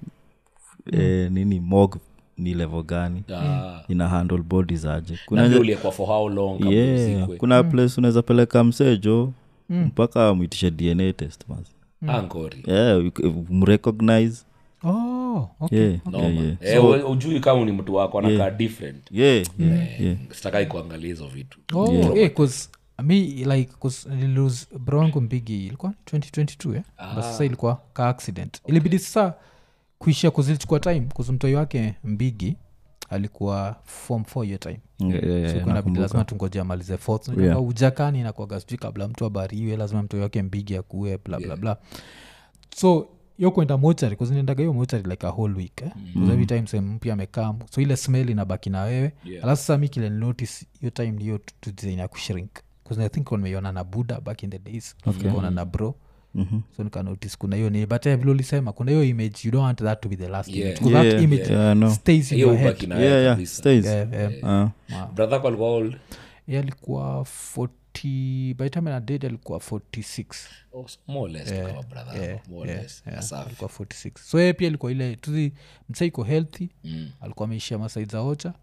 [SPEAKER 3] eh, nini mog ni level gani
[SPEAKER 1] Ah,
[SPEAKER 3] ina handle bodies aje kuna
[SPEAKER 1] uliekwa for how long kabla
[SPEAKER 3] yeah,
[SPEAKER 1] uzikwe.
[SPEAKER 3] kuna place unaweza peleka msejo mpaka mwitishe dna test mas
[SPEAKER 2] Mm.
[SPEAKER 1] Ah, ngori.
[SPEAKER 3] yeah, you c- mrecognize
[SPEAKER 2] oh, okay.
[SPEAKER 3] yeah, yeah,
[SPEAKER 1] Noma.
[SPEAKER 3] yeah.
[SPEAKER 1] Eh, we- ujui kama ni mtu wako anakaa different
[SPEAKER 3] Yeah, yeah, yeah.
[SPEAKER 1] sitakai kuangalia hizo vitu
[SPEAKER 2] oh, yeah, 'cause mi like 'cause nililose
[SPEAKER 3] Ah.
[SPEAKER 2] bro wangu mbigi ilikuwa 2022 eh? but sasa ilikuwa ka accident ilibidi sasa kuishia kuzilichukua time kuzumtoi wake mbigi alikuwa form f hiyo time
[SPEAKER 3] Yeah, yeah,
[SPEAKER 2] so
[SPEAKER 3] yeah,
[SPEAKER 2] kuna bidi
[SPEAKER 3] nakumbuka.
[SPEAKER 2] lazima tungoje amalize fourth
[SPEAKER 3] Yeah.
[SPEAKER 2] yeah. ujakani nakwaga sijui kabla mtu abariwe lazima mtu wake mbigi akue bla bla bla so yo kwenda mochari kuzinendaga hiyo mochari like a whole week eh? mm. every time sehemu mpya amekaa so ile smell inabaki na wewe
[SPEAKER 1] Yeah.
[SPEAKER 2] alafu sasa mi kile ninotice hiyo time ndiyo tu- tu design ya kushrink Because I think nimeiona na buda back in the days nikaona na bro
[SPEAKER 1] Mm-hmm.
[SPEAKER 3] Mhm.
[SPEAKER 2] so nikanotice kuna hiyo ni but eh, vile ulisema kuna hiyo image you don't want that to be the last
[SPEAKER 1] Yeah.
[SPEAKER 2] image. 'Cause that
[SPEAKER 3] Yeah,
[SPEAKER 2] image
[SPEAKER 3] yeah, I know.
[SPEAKER 2] stays in
[SPEAKER 1] hiyo
[SPEAKER 2] your head
[SPEAKER 1] ubaki nayo
[SPEAKER 3] Yeah, yeah,
[SPEAKER 1] kabisa.
[SPEAKER 3] stays.
[SPEAKER 2] Yeah, yeah.
[SPEAKER 3] Ah.
[SPEAKER 1] brother kwa alikuwa old
[SPEAKER 2] Yeye alikuwa 40 by the time anaded alikuwa 46
[SPEAKER 1] Oh, so more or less kama brother, more or less. Asafi.
[SPEAKER 2] alikuwa 46 so yeye pia alikuwa ile tuzi msa iko healthy
[SPEAKER 1] Mm.
[SPEAKER 2] alikuwa ameishia masaiza ocha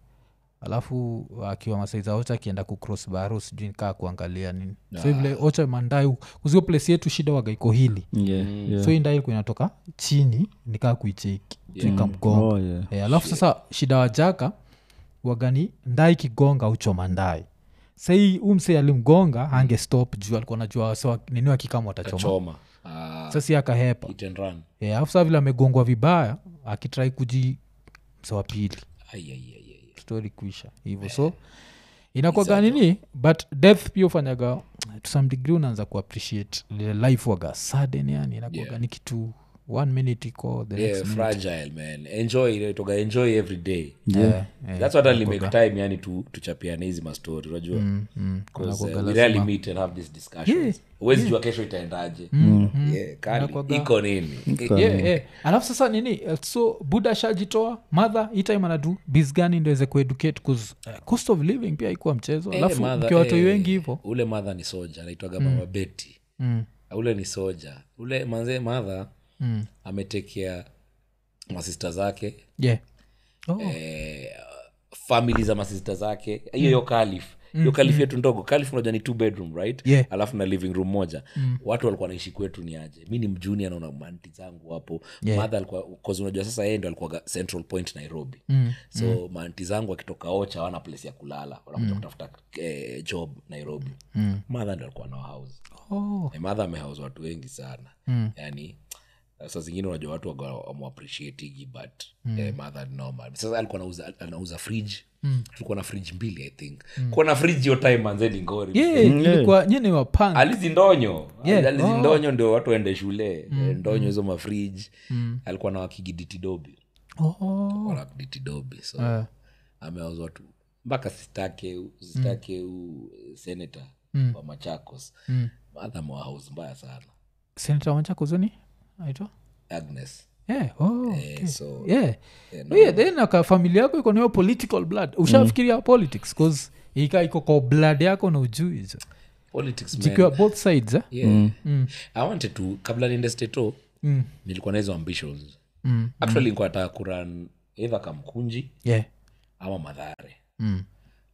[SPEAKER 2] alafu akiwa masaiza ocha akienda kucross baro sijui kaa kuangalia nini so vile ocha mandai kuzio place yetu shida waga iko hili
[SPEAKER 3] Yeah, yeah.
[SPEAKER 2] so hii ndai ilikuwa inatoka chini nikaa kuicheki ikamgonga
[SPEAKER 3] Oh, yeah.
[SPEAKER 2] Eh, alafu sasa shida wajaka wagani ndai kigonga uchoma ndai sahii umse alimgonga ange stop juu alikuwa najua so nini akikama watachoma
[SPEAKER 1] choma Ah,
[SPEAKER 2] sasi akahepa
[SPEAKER 1] hit and run
[SPEAKER 2] Eh, alafu saa vile amegongwa vibaya akitrai kuji mse wa pili
[SPEAKER 1] Ai, ai, ai, ai.
[SPEAKER 2] stori kuisha hivyo
[SPEAKER 1] Eh,
[SPEAKER 2] so inakwaga nini but death pia ufanyaga to some degree unaanza kuappreciate lile life waga sudden yani inakwaga ni kitu one minute iko the
[SPEAKER 1] Yeah,
[SPEAKER 2] next minute.
[SPEAKER 1] fragile man enjoy ile toga enjoy every day
[SPEAKER 2] Yeah, yeah.
[SPEAKER 1] that's what I'll make time yani tu tuchapiane hizi mastori unajua
[SPEAKER 2] Mm,
[SPEAKER 1] Because,
[SPEAKER 2] kunakwaga
[SPEAKER 1] uh, we
[SPEAKER 2] lazima-
[SPEAKER 1] rarely meet and have these discussions huwezi jua kesho itaendaje
[SPEAKER 2] Mm,
[SPEAKER 1] Yeah, kali. iko nini
[SPEAKER 2] Yeah,
[SPEAKER 1] mm.
[SPEAKER 2] yeah. alafu sasa nini eh, so buda shajitoa madha itime anadu bis gani ndo iweze kueducate 'cause, eh, cost of living pia ikuwa mchezo
[SPEAKER 1] Eh,
[SPEAKER 2] alafu
[SPEAKER 1] mother,
[SPEAKER 2] mkiwa watoi
[SPEAKER 1] eh,
[SPEAKER 2] wengi Mm. hivo
[SPEAKER 1] ule madha ni soja anaitwaga mama beti ule ni soja ule manzee madha
[SPEAKER 2] Mm.
[SPEAKER 1] ametekea masista zake
[SPEAKER 2] yeah. oh,
[SPEAKER 1] eh, famili za masista zake hiyo yo kalif hiyo kalif yetu ndogo kalif unaja ni two bedroom right
[SPEAKER 2] Yeah.
[SPEAKER 1] alafu na living room moja watu walikuwa naishi kwetu ni aje mi ni mjuni anaona manti zangu hapo yeah. madha alikuwa cause unajua sasa yeye ndo alikuwaga central point nairobi mm. so mm. manti zangu akitoka ocha wana place ya kulala wanakuja mm. kutafuta eh, job nairobi mm. madha ndo alikuwa nao house
[SPEAKER 2] oh.
[SPEAKER 1] Eh, madha amehouse watu wengi sana mm. yani saa zingine unajua watu wameappreciatigi but mm. eh, madha ni normal sasa alikuwa anauza, anauza fridge mm. tulikuwa na fridge mbili i think mm. kuwa na fridge hiyo time manzeni ngori
[SPEAKER 2] yeah, eh, ilikuwa nyene wapanga
[SPEAKER 1] alizindonyo yeah. alizindonyo ndio watu waende shule mm. ndonyo hizo mafrij mm. alikuwa na wakigiditidobi
[SPEAKER 2] oh.
[SPEAKER 1] wakiditidobi so yeah. amewaza watu mpaka sitake sitake mm. senata mm. wa machakos mm. madha mwahaus mbaya sana
[SPEAKER 2] senata wanchakuzoni aitwa
[SPEAKER 1] agnes
[SPEAKER 2] yeah,
[SPEAKER 1] Eh,
[SPEAKER 2] oh, okay.
[SPEAKER 1] so-
[SPEAKER 2] yeah. Oh, Yeah, then aka familia yako iko nayo political blood ushafikiria politics cause ika iko kwa blood yako na ujui hizo.
[SPEAKER 1] Eh. politics man.
[SPEAKER 2] zikiwa both sides eh?
[SPEAKER 1] yeah. i wanted to kabla niende steto mm. nilikuwa na hizo ambitions mm. actually nilikuwa nataka kuran either kamkunji
[SPEAKER 2] yeah.
[SPEAKER 1] ama madhare mm.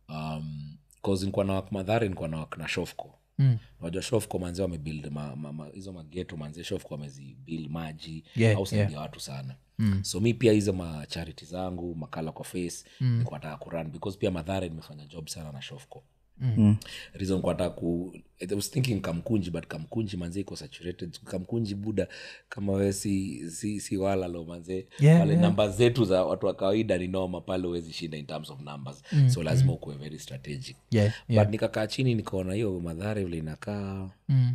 [SPEAKER 1] um, 'cause nilikuwa na wak madhare nilikuwa na wak na shofco
[SPEAKER 2] Mm.
[SPEAKER 1] najua shofco manzi wamebuild ma, ma, ma, hizo mageto manzi shofco wamezibuild maji
[SPEAKER 2] Yeah,
[SPEAKER 1] au saidia watu sana mm. so mi pia hizo machariti zangu makala kwa face mm. nikuwa nataka kuran because pia madhare nimefanya job sana na shofco
[SPEAKER 3] Mm.
[SPEAKER 1] reason kwa nataka ku I was thinking kamkunji but kamkunji manze iko saturated kamkunji buda kama we si, si, si wala lo manze
[SPEAKER 2] Yeah,
[SPEAKER 1] pale
[SPEAKER 2] yeah.
[SPEAKER 1] namba zetu za watu wa kawaida ni noma pale huwezi shinda in terms of numbers so lazima ukuwe very strategic
[SPEAKER 2] Yeah,
[SPEAKER 1] but nikakaa chini nikaona hiyo madhari vile inakaa
[SPEAKER 2] Mm.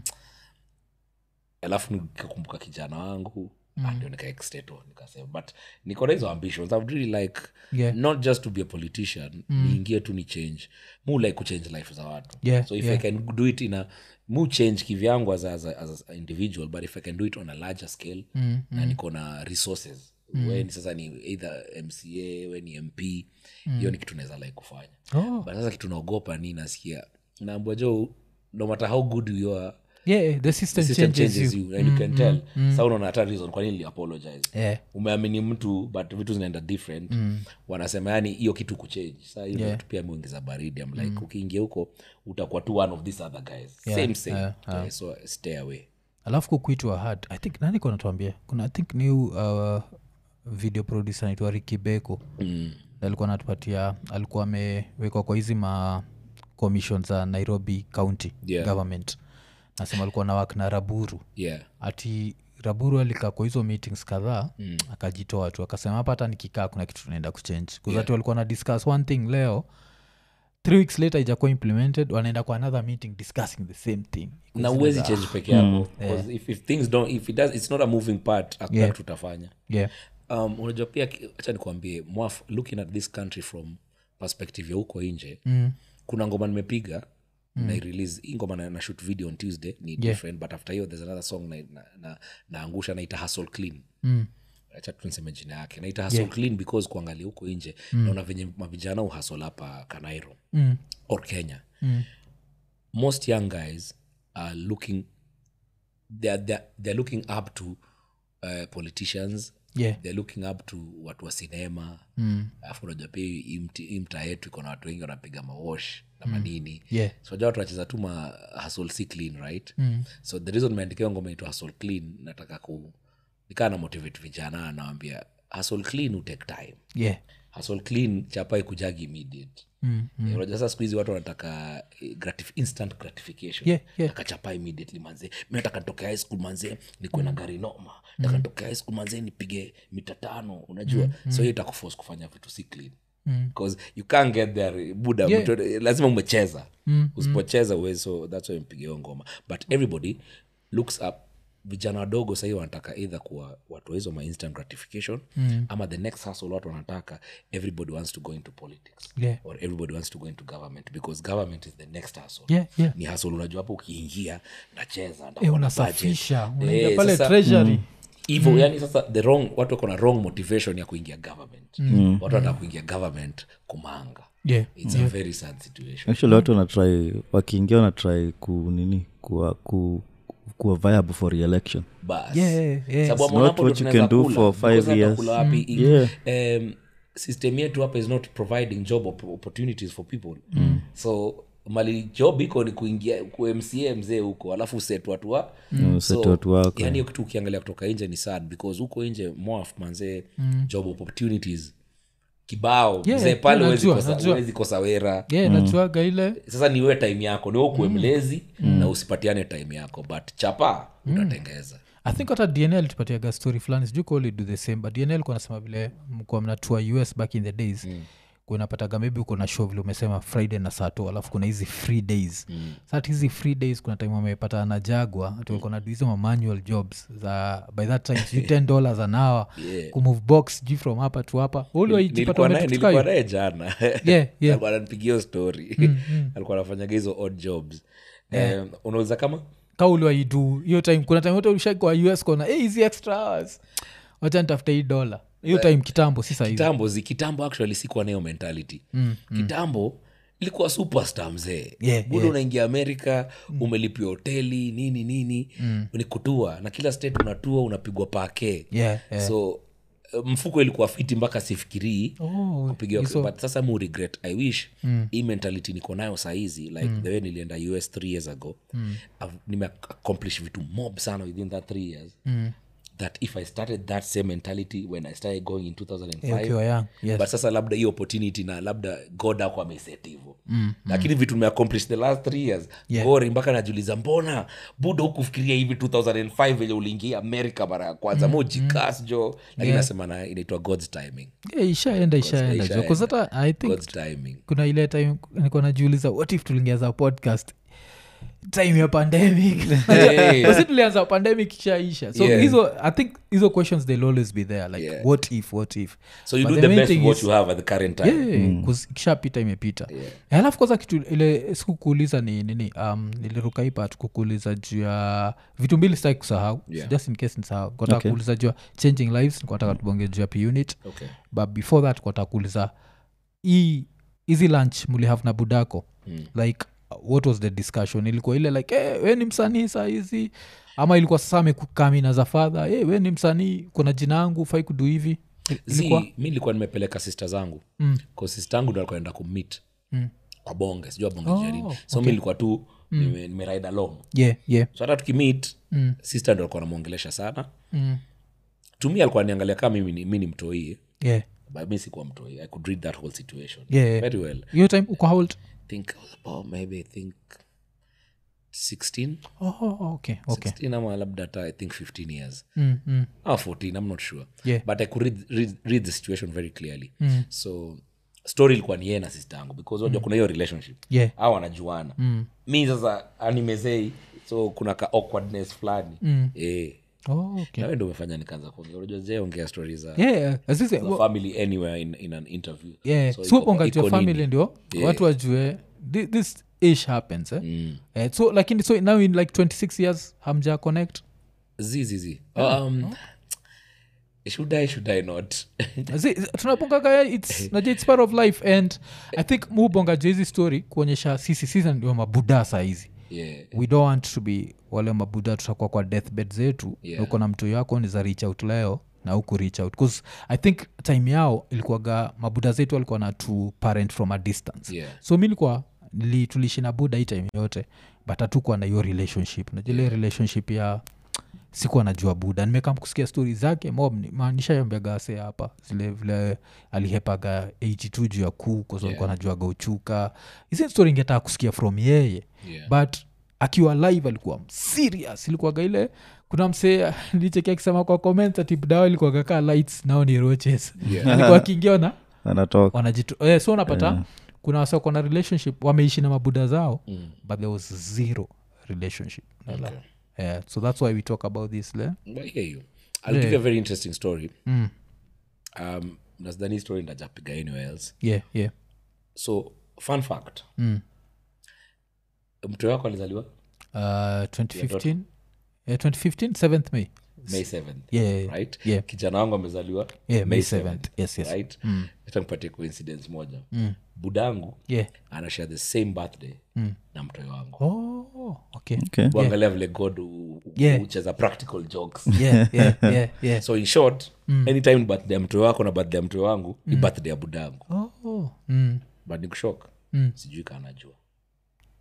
[SPEAKER 1] alafu nikakumbuka kijana wangu mm. ndio nikaexteto nikasema but niko na hizo ambitions I'd really like
[SPEAKER 2] Yeah.
[SPEAKER 1] not just to be a politician mm. niingie tu ni change mu like kuchange life za watu
[SPEAKER 2] Yeah,
[SPEAKER 1] so if
[SPEAKER 2] yeah.
[SPEAKER 1] i can do it in a mu change kivyangu as, a- as, a- as a individual but if i can do it on a larger scale mm. na niko na resources mm. we ni sasa ni either mca we ni mp hiyo ni kitu naweza like kufanya
[SPEAKER 2] Mm. Oh.
[SPEAKER 1] but sasa kitu naogopa ni nasikia naambua jo no matter how good you are
[SPEAKER 2] yeah, the
[SPEAKER 1] the
[SPEAKER 2] system,
[SPEAKER 1] system
[SPEAKER 2] changes,
[SPEAKER 1] changes
[SPEAKER 2] you. Mm,
[SPEAKER 1] you and you can tell sa unaona hata reason kwa nini liapologize
[SPEAKER 2] Yeah.
[SPEAKER 1] umeamini mtu but vitu zinaenda different wanasema yani hiyo kitu kuchange sa hiyo Mm. yeah. pia ameuingiza baridi am like ukiingia huko utakuwa tu one of these other guys yeah. same same yeah. Yeah. so stay away
[SPEAKER 2] alafu kukuitwa hard i think nani ko natuambia kuna i think new uh, video producer anaitwa rikibeko mm. alikuwa anatupatia alikuwa amewekwa kwa hizi ma commission za nairobi county
[SPEAKER 1] Yeah.
[SPEAKER 2] government nasema alikuwa na wak na raburu
[SPEAKER 1] yeah
[SPEAKER 2] ati raburu alikaa kwa hizo meetings kadhaa mm. akajitoa tu akasema hapa hata nikikaa kuna kitu tunaenda kuchange kuzati yeah. walikuwa na discuss one thing leo three weeks later ijakuwa implemented wanaenda kwa another meeting discussing the same thing
[SPEAKER 1] na uwezi change peke yako because if, if things don't if it does, it's not a moving part hakuna
[SPEAKER 2] Yeah.
[SPEAKER 1] kitu utafanya
[SPEAKER 2] yeah.
[SPEAKER 1] um, unajua pia ki- acha nikuambie mwaf looking at this country from perspective ya huko nje
[SPEAKER 2] mm.
[SPEAKER 1] kuna ngoma nimepiga mm. nairelease hii ngoma na, na shoot video on tuesday ni yeah. different but after hiyo there's another song naangusha na, na, naangusha naita hustle clean
[SPEAKER 2] Mm.
[SPEAKER 1] acha tuniseme jina yake naita hustle yeah. clean because kuangalia huko nje mm. naona venye mavijana uhasol hapa kanairo
[SPEAKER 2] Mm.
[SPEAKER 1] or kenya
[SPEAKER 2] Mm.
[SPEAKER 1] most young guys are looking they're, they're, they're looking up to uh, politicians
[SPEAKER 2] yeah.
[SPEAKER 1] they're looking up to watu wa sinema
[SPEAKER 2] Mm.
[SPEAKER 1] alafu unajua pia hii mti- hii mtaa yetu iko na watu wengi wanapiga mawash na manini
[SPEAKER 2] yeah.
[SPEAKER 1] so unajua watu wanacheza tu ma hustle si clean right mm. so the reason meandikiwa ngoma inaitwa hustle clean nataka ku nikaa na motivate vijana nawambia hustle clean utake time
[SPEAKER 2] yeah.
[SPEAKER 1] hustle clean chapa ikujagi immediate
[SPEAKER 2] Mm.
[SPEAKER 1] Eh, unajua sasa siku hizi watu wanataka eh, gratif- instant gratification
[SPEAKER 2] Yeah, yeah.
[SPEAKER 1] akachapa immediately manzee mi nataka nitoke high school manzee nikuwe
[SPEAKER 2] Mm.
[SPEAKER 1] na gari noma nataka nitoke high school manzee nipige mita tano unajua so hiyo itakuforce kufanya vitu si clean
[SPEAKER 2] Mm.
[SPEAKER 1] because you can't get there buda mtu- lazima umecheza
[SPEAKER 2] Mm,
[SPEAKER 1] usipocheza uwezi so that's why mpige hiyo ngoma but everybody looks up vijana wadogo sahii wanataka either kuwa watu wa hizo ma instant gratification mm. ama the next hustle watu wanataka everybody wants to go into politics
[SPEAKER 2] Yeah.
[SPEAKER 1] or everybody wants to go into government because government is the next hustle
[SPEAKER 2] Yeah, yeah.
[SPEAKER 1] ni hustle unajua hapo ukiingia nacheza
[SPEAKER 2] Eh,
[SPEAKER 1] ndakuwa na
[SPEAKER 2] unasafisha
[SPEAKER 1] budget.
[SPEAKER 2] unaingia
[SPEAKER 1] Eh,
[SPEAKER 2] pale
[SPEAKER 1] sasa-
[SPEAKER 2] treasury
[SPEAKER 1] hivo mm. yani sasa the wrong watu wako na wrong motivation ya kuingia government mm. watu wanataka kuingia government kumanga
[SPEAKER 2] yeah.
[SPEAKER 1] it's mm. a very sad situation
[SPEAKER 3] actually watu wanatrai wakiingia wanatrai ku nini kuwa ku, kuwa viable for reelection
[SPEAKER 1] bas
[SPEAKER 2] Yeah, Mm. yeah.
[SPEAKER 1] Sababu
[SPEAKER 3] It's
[SPEAKER 1] hapo
[SPEAKER 3] not
[SPEAKER 1] hapo
[SPEAKER 3] what
[SPEAKER 1] ndo
[SPEAKER 3] you
[SPEAKER 1] tunaweza
[SPEAKER 3] can do
[SPEAKER 1] kula,
[SPEAKER 3] for
[SPEAKER 1] because
[SPEAKER 3] five
[SPEAKER 1] hata
[SPEAKER 3] years.
[SPEAKER 1] kula wapi i-
[SPEAKER 3] Yeah.
[SPEAKER 1] em, system yetu hapa is not providing job op- opportunities for people
[SPEAKER 3] Mm.
[SPEAKER 1] so mali job iko ni kuingia kumca mzee huko alafu uset watu wa
[SPEAKER 3] Mm, uset watu wako.
[SPEAKER 1] yani hiyo kitu ukiangalia kutoka nje ni sad because huko nje moaf manzee job opportunities kibao
[SPEAKER 2] Mm. Yeah,
[SPEAKER 1] mzee pale
[SPEAKER 2] yeah,
[SPEAKER 1] huwezi
[SPEAKER 2] najua,
[SPEAKER 1] kosa-
[SPEAKER 2] najua.
[SPEAKER 1] huwezi kosa wera
[SPEAKER 2] yeah, nachuaga ile
[SPEAKER 1] sasa niwe time yako ni wewe
[SPEAKER 2] Mm.
[SPEAKER 1] ukuwe mlezi
[SPEAKER 3] Mm.
[SPEAKER 1] na usipatiane time yako but chapa
[SPEAKER 2] Mm.
[SPEAKER 1] utatengeza
[SPEAKER 2] i think hata dnl tupatiaga story fulani sijuu koli do the same but dnl kunasema vile mkuwa mnatua us back in the days mm kunapataga maybe uko na show vile umesema friday na sato alafu kuna hizi free days mm. sat hizi free days kuna time amepata na jagwa tuko na do hizo ma manual jobs za by that time sijui 10 dollars an hour yeah. kumove box sijui from hapa tu hapa uliwaijipata
[SPEAKER 1] nilikuwa naye
[SPEAKER 2] umetutuka
[SPEAKER 1] nilikuwa
[SPEAKER 2] hiyo
[SPEAKER 1] naye jana
[SPEAKER 2] Yeah, yeah. Mm,
[SPEAKER 1] Alikuwa ananipigia hiyo story alikuwa anafanyaga hizo odd jobs Eh, unauliza kama
[SPEAKER 2] ka uliwaidu hiyo time kuna time yote ulishakiwa us kona hey, hizi extra hours wacha nitafuta hii dola hiyo time kitambo si sahizi
[SPEAKER 1] Eh. kitambo zi kitambo actually sikuwa nayo mentality kitambo ilikuwa superstar mzee
[SPEAKER 2] Mm, Yeah, Mm.
[SPEAKER 1] buda unaingia amerika umelipiwa hoteli nini nini ni kutua na kila state unatua unapigwa pake
[SPEAKER 2] yeah, yeah.
[SPEAKER 1] so eh, mfuko ilikuwa fiti mpaka sifikirii
[SPEAKER 2] Oh,
[SPEAKER 1] kupigiwa but sasa mu regret i wish hii mentality niko nayo sahizi like the way nilienda us three years ago I've- nimeaccomplish vitu mob sana within that three years that if i started that same mentality when i started going in 2005
[SPEAKER 2] ukiwa young, yes.
[SPEAKER 1] but sasa labda hiyo opportunity na labda god ako ameset hivo lakini vitu nimeaccomplish the last three years
[SPEAKER 2] Mm, Yeah.
[SPEAKER 1] gori mpaka najiuliza mbona buda hukufikiria hivi 2005 venye uliingia amerika mara ya kwanza mm mojikas jo lakini nasema na inaitwa god's timing
[SPEAKER 2] Yeah, Eh, ishaenda ishaenda jo
[SPEAKER 1] ishaenda.
[SPEAKER 2] kuzata i think
[SPEAKER 1] god's timing
[SPEAKER 2] kuna ile time nilikuwa najiuliza what if tulingeanza podcast time ya pandemic
[SPEAKER 1] yeah.
[SPEAKER 2] Wasi tulianza pandemic ishaisha so
[SPEAKER 1] Yeah.
[SPEAKER 2] hizo i think hizo questions they'll always be there like
[SPEAKER 1] Yeah.
[SPEAKER 2] what if what if
[SPEAKER 1] so you do
[SPEAKER 2] But the
[SPEAKER 1] the
[SPEAKER 2] main
[SPEAKER 1] best
[SPEAKER 2] thing
[SPEAKER 1] with what
[SPEAKER 2] is-
[SPEAKER 1] you have at the current time
[SPEAKER 2] Yeah, kuz- Eh, ikishapita imepita yeah. alafu kwanza kitu ile sikukuuliza ni nini um, niliruka hii part kukuuliza juu ya vitu mbili sitaki kusahau
[SPEAKER 1] Yeah. Mm.
[SPEAKER 2] just in case nisahau kutaka kuuliza juu ya changing lives nikataka tubonge juu ya punit
[SPEAKER 1] okay
[SPEAKER 2] but before that kutaka kuuliza hii hizi lunch mlihave na budako mm. like what was the discussion ilikuwa ile like hey, we ni msanii saa hizi ama ilikuwa sasa amekukamina za fadha hey, we ni msanii kuna jina yangu fai kudu hivi ilikuwa
[SPEAKER 1] mi nilikuwa nimepeleka sista zangu mm. sista angu ndo alikuwa naenda kumit mm. kwa bonge sijua bonge oh, jarini so mi nilikuwa tu mm. nimeride nime ride along
[SPEAKER 2] yeah yeah
[SPEAKER 1] so hata tukimit mm. sista ndo alikuwa namwongelesha sana mm. tumi alikuwa niangalia kama mimi ni- mi ni mtoie
[SPEAKER 2] yeah
[SPEAKER 1] but mi sikuwa mtoi i could read that whole situation
[SPEAKER 2] Yeah, yeah.
[SPEAKER 1] very well oh,
[SPEAKER 2] hiyo time uko hold
[SPEAKER 1] think I was about maybe I think 16
[SPEAKER 2] oh, okay, okay.
[SPEAKER 1] 16 ama labda hata i think 15 years
[SPEAKER 2] Mm, mm.
[SPEAKER 1] ah, 14 i'm not sure
[SPEAKER 2] Yeah.
[SPEAKER 1] but i could read, read, read the situation very clearly mm. so story ilikuwa ni yeye na sister yangu because unajua kuna hiyo relationship
[SPEAKER 2] Mm. Yeah.
[SPEAKER 1] au wanajuana mm. mi sasa animezei so kuna ka awkwardness fulani mm. eh,
[SPEAKER 2] Oh, okay.
[SPEAKER 1] nawe ndo umefanya nikaanza kuongea unajua je ongea stori za
[SPEAKER 2] Yeah, yeah. As I say,
[SPEAKER 1] za family anywhere in, in an interview
[SPEAKER 2] yeah.
[SPEAKER 1] So
[SPEAKER 2] so
[SPEAKER 1] iko-
[SPEAKER 2] upongatia
[SPEAKER 1] iko nini?
[SPEAKER 2] family ndio watu wajue thi- this ish happens eh?
[SPEAKER 1] Mm.
[SPEAKER 2] Eh, so lakini so now in like 26 years hamja connect
[SPEAKER 1] zi zi zi
[SPEAKER 2] Ah,
[SPEAKER 1] um, should i should i not
[SPEAKER 2] Zi- tunabongagaya its najua its part of life and i think mubongaja hizi story kuonyesha sisi sisi ndio mabuda saa hizi
[SPEAKER 1] yeah.
[SPEAKER 2] we don't want to be wale mabuda tutakuwa kwa deathbed zetu
[SPEAKER 1] Yeah.
[SPEAKER 2] yeah. uko na mtu yako ni za reach out leo na huku reach out bcause i think time yao ilikuwaga mabuda zetu walikuwa na tu parent from a distance
[SPEAKER 1] Yeah.
[SPEAKER 2] so mi likuwa tuliishi na buda hii time yote but hatukuwa na hiyo relationship najile yeah. relationship ya sikuwa najua buda nimekam kusikia stori zake manishaambiagase hapa zile vile alihepaga 82 juu ya kuu kwasalikuwa yeah. najuaga uchuka hizi stori ingetaka kusikia from yeye
[SPEAKER 1] Yeah.
[SPEAKER 2] but akiwa live alikuwa serious ilikuwaga ile kuna msee licheki akisema kwa comments ati dawa ilikuwaga kaa lights nao ni roches
[SPEAKER 1] Yeah.
[SPEAKER 2] alikuwa akiingia wana-
[SPEAKER 3] anatoka
[SPEAKER 2] wanajito eh, so unapata kuna wasa kona relationship wameishi na mabuda zao mm. but there was zero relationship
[SPEAKER 1] Mm.
[SPEAKER 2] okay. yeah, so that's why we talk about this le
[SPEAKER 1] I hear you. I'll give you a very interesting story.
[SPEAKER 2] Mm.
[SPEAKER 1] Um, nasidhani hii story ndajapiga anywhere else.
[SPEAKER 2] yeah, yeah.
[SPEAKER 1] So fun fact. Mm. Mtoto wako alizaliwa
[SPEAKER 2] Uh, 2015 eh, 2015 7th may
[SPEAKER 1] May 7th.
[SPEAKER 2] Yeah, yeah, yeah.
[SPEAKER 1] Right?
[SPEAKER 2] Yeah.
[SPEAKER 1] Kijana wangu amezaliwa
[SPEAKER 2] Yeah, May 7th. Yes, Mm. yes.
[SPEAKER 1] Right? Hata nipatie coincidence moja. Budangu
[SPEAKER 2] yeah
[SPEAKER 1] anashare the same birthday na mtoto wangu.
[SPEAKER 2] oh okay
[SPEAKER 3] okay.
[SPEAKER 1] Kuangalia vile God u- u-
[SPEAKER 2] Yeah.
[SPEAKER 1] hucheza practical jokes.
[SPEAKER 2] yeah yeah yeah yeah
[SPEAKER 1] So in short, anytime ni birthday ya mtoto wako na birthday ya mtoto wangu, ni birthday ya budangu.
[SPEAKER 2] oh mm.
[SPEAKER 1] but nikushok sijui kaa najua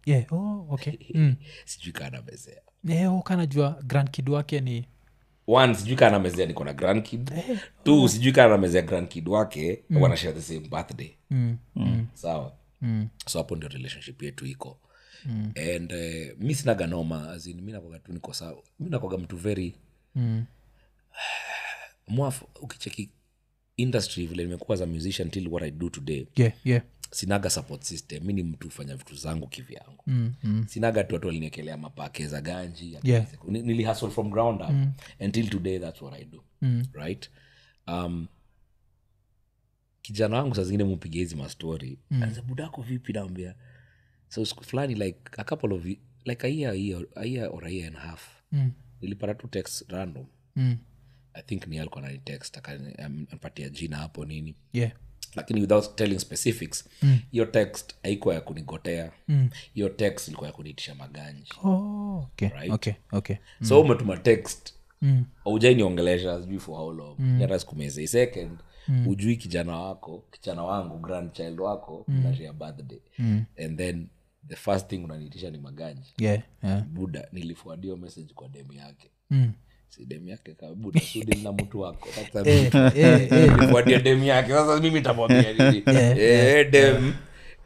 [SPEAKER 2] yeah oh okay mm.
[SPEAKER 1] sijui kaa namezea
[SPEAKER 2] Eh, oh, kanajua grand kid wake ni
[SPEAKER 1] one sijui kaa namezea niko na grandkid two sijui kaa namezea grandkid wake wanashare the same birthday
[SPEAKER 2] Mm,
[SPEAKER 1] sawa so hapo ndio relationship yetu iko and uh, mi sinaga noma as in, mi nakoga tu niko sawa mi nakoga mtu very
[SPEAKER 2] mm.
[SPEAKER 1] mwafu ukicheki industry vile nimekuwa za musician till what i do today
[SPEAKER 2] yeah yeah
[SPEAKER 1] sinaga support system mi ni mtu ufanya vitu zangu kivyangu mm, mm. sinaga tu watu waliniekelea mapake za ganji
[SPEAKER 2] Yeah.
[SPEAKER 1] Ni- nili hustle from ground up mm. until today that's what i do mm. right um, kijana wangu saa zingine mupiga hizi mastori mm. anza budako vipi naambia so siku fulani like a couple of y- like a year, a year, a year or a year and a half mm. nilipata tu text random
[SPEAKER 2] mm.
[SPEAKER 1] i think ni alikuwa nanitext anapatia jina hapo nini
[SPEAKER 2] yeah
[SPEAKER 1] lakini without telling specifics hiyo mm. text haikuwa ya kunigotea hiyo text ilikuwa ya kuniitisha maganji
[SPEAKER 2] oh Mm. Mm. okay okay okay
[SPEAKER 1] so umetuma text aujainiongelesha sijui for how long mm. hata sikumeza a second mm. ujui kijana wako kijana wangu grandchild wako mm. nashia birthday mm. and then the first thing unaniitisha ni maganji
[SPEAKER 2] yeah yeah
[SPEAKER 1] buda nilifuadio message kwa demu yake
[SPEAKER 2] mm.
[SPEAKER 1] si demu yake ka buda sudi na mtu wako Sasa
[SPEAKER 2] eh, eh.
[SPEAKER 1] nilifuatia demu yake sasa mimi tamwambia nini Eh, dem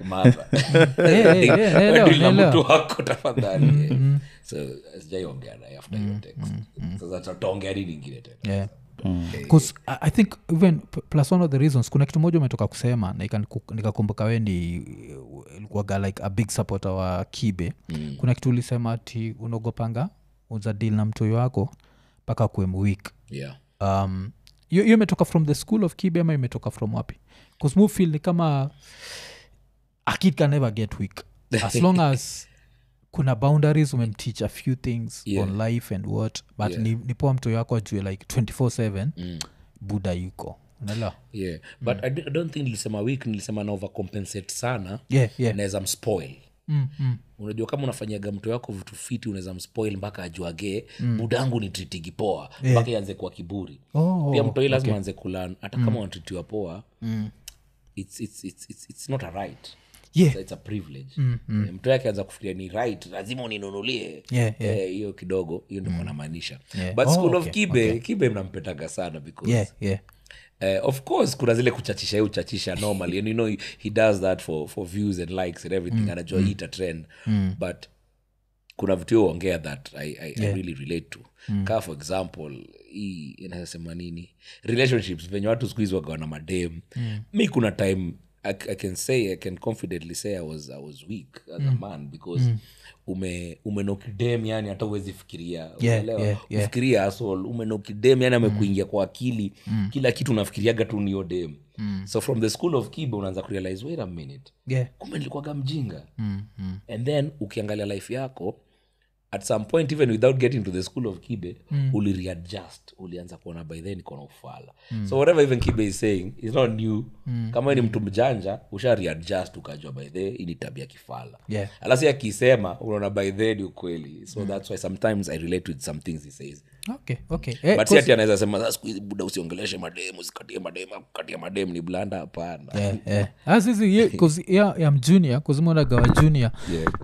[SPEAKER 1] Martha.
[SPEAKER 2] eh, eh, Mm,
[SPEAKER 1] Wewe
[SPEAKER 2] elewa,
[SPEAKER 1] deal na
[SPEAKER 2] elewa.
[SPEAKER 1] mtu wako tafadhali eh. so sijaiongea naye after
[SPEAKER 2] Mm,
[SPEAKER 1] hiyo text sasa tutaongea nini ingine tena
[SPEAKER 2] yeah. Eh. 'Cause I- i think even p- plus one of the reasons kuna kitu moja umetoka kusema na ikaniku- nikakumbuka we ni ilikuwaga like a big supporter wa kibe mm. kuna kitu ulisema ati unaogopanga uza deal na mtoyo wako mpaka kuwe mwik
[SPEAKER 1] yeah
[SPEAKER 2] um, hiyo hiyo imetoka from the school of kibe ama imetoka from wapi kusmfil ni kama a kid can never get weak as long as kuna boundaries umemteach a few things
[SPEAKER 1] Yeah.
[SPEAKER 2] on life and what but
[SPEAKER 1] Yeah.
[SPEAKER 2] ni, ni poa mto yako ajue like 247 mm. buda yuko unaelewa
[SPEAKER 1] yeah but
[SPEAKER 2] Mm.
[SPEAKER 1] I, d- I don't think nilisema week nilisema na overcompensate sana
[SPEAKER 2] yeah, yeah.
[SPEAKER 1] naweza mspoil
[SPEAKER 2] Mm, mm.
[SPEAKER 1] unajua kama unafanyaga mtu wako vitu fiti unaweza mspoil mpaka ajuage mm. budangu ni tritigi poa mpaka ianze kuwa kiburi
[SPEAKER 2] Oh, Mm.
[SPEAKER 1] pia mtoi lazima anze kulan hata kama wanatitiwa poa it's, it's, it's, it's, it's not a right
[SPEAKER 2] Yeah.
[SPEAKER 1] It's a- it's a privilege
[SPEAKER 2] Mm,
[SPEAKER 1] Eh, mtoi akianza kufikiria ni right lazima uninunulie
[SPEAKER 2] Yeah, yeah. Mm.
[SPEAKER 1] Eh, hiyo kidogo hiyo ndio anamaanisha
[SPEAKER 2] Yeah.
[SPEAKER 1] but
[SPEAKER 2] Oh,
[SPEAKER 1] school of
[SPEAKER 2] okay,
[SPEAKER 1] kibe kibe mnampetaga sana because
[SPEAKER 2] yeah, yeah.
[SPEAKER 1] Eh, of course kuna zile kuchachisha ye uchachisha normally and you know he, he does that for, for views and likes and everything anajua hii ita trend but kuna vitu hiyo ongea that i, I, yeah. I really relate to mm. kaa for example hii inasema nini relationships venye watu skuizi wagawana madem mm. mi kuna time I, i can say i can confidently say i was, I was weak as mm. a man because mm ume umenokidem yani hata uwezi fikiria
[SPEAKER 2] Yeah,
[SPEAKER 1] unaelewa?
[SPEAKER 2] yeah, yeah.
[SPEAKER 1] fikiria asol umenokidem yani amekuingia kwa akili kila kitu unafikiriaga tu niyo dem so from the school of kibe unaanza kurealize wait a minute
[SPEAKER 2] yeah.
[SPEAKER 1] kumbe nilikuwaga mjinga
[SPEAKER 2] mm, mm.
[SPEAKER 1] and then ukiangalia life yako at some point even without getting to the school of kibe mm. ulireadjust ulianza kuona by then kona ufala mm. so whatever even kibe is saying is not new mm. kama ni mtu mjanja usha readjust ukajua by the ini tabia kifala
[SPEAKER 2] Yeah.
[SPEAKER 1] alasi akisema unaona by then ni ukweli so mm. that's why sometimes i relate with some things he says
[SPEAKER 2] okay okay eh,
[SPEAKER 1] but
[SPEAKER 2] cause-
[SPEAKER 1] si ati anaweza sema sasa siku hizi buda usiongeleshe mademu usikatie mademu kukatia mademu ni blanda hapana
[SPEAKER 2] Eh, eh. Ah, sisi ye- 'cause ya ya mjunior kuzimonagawa junior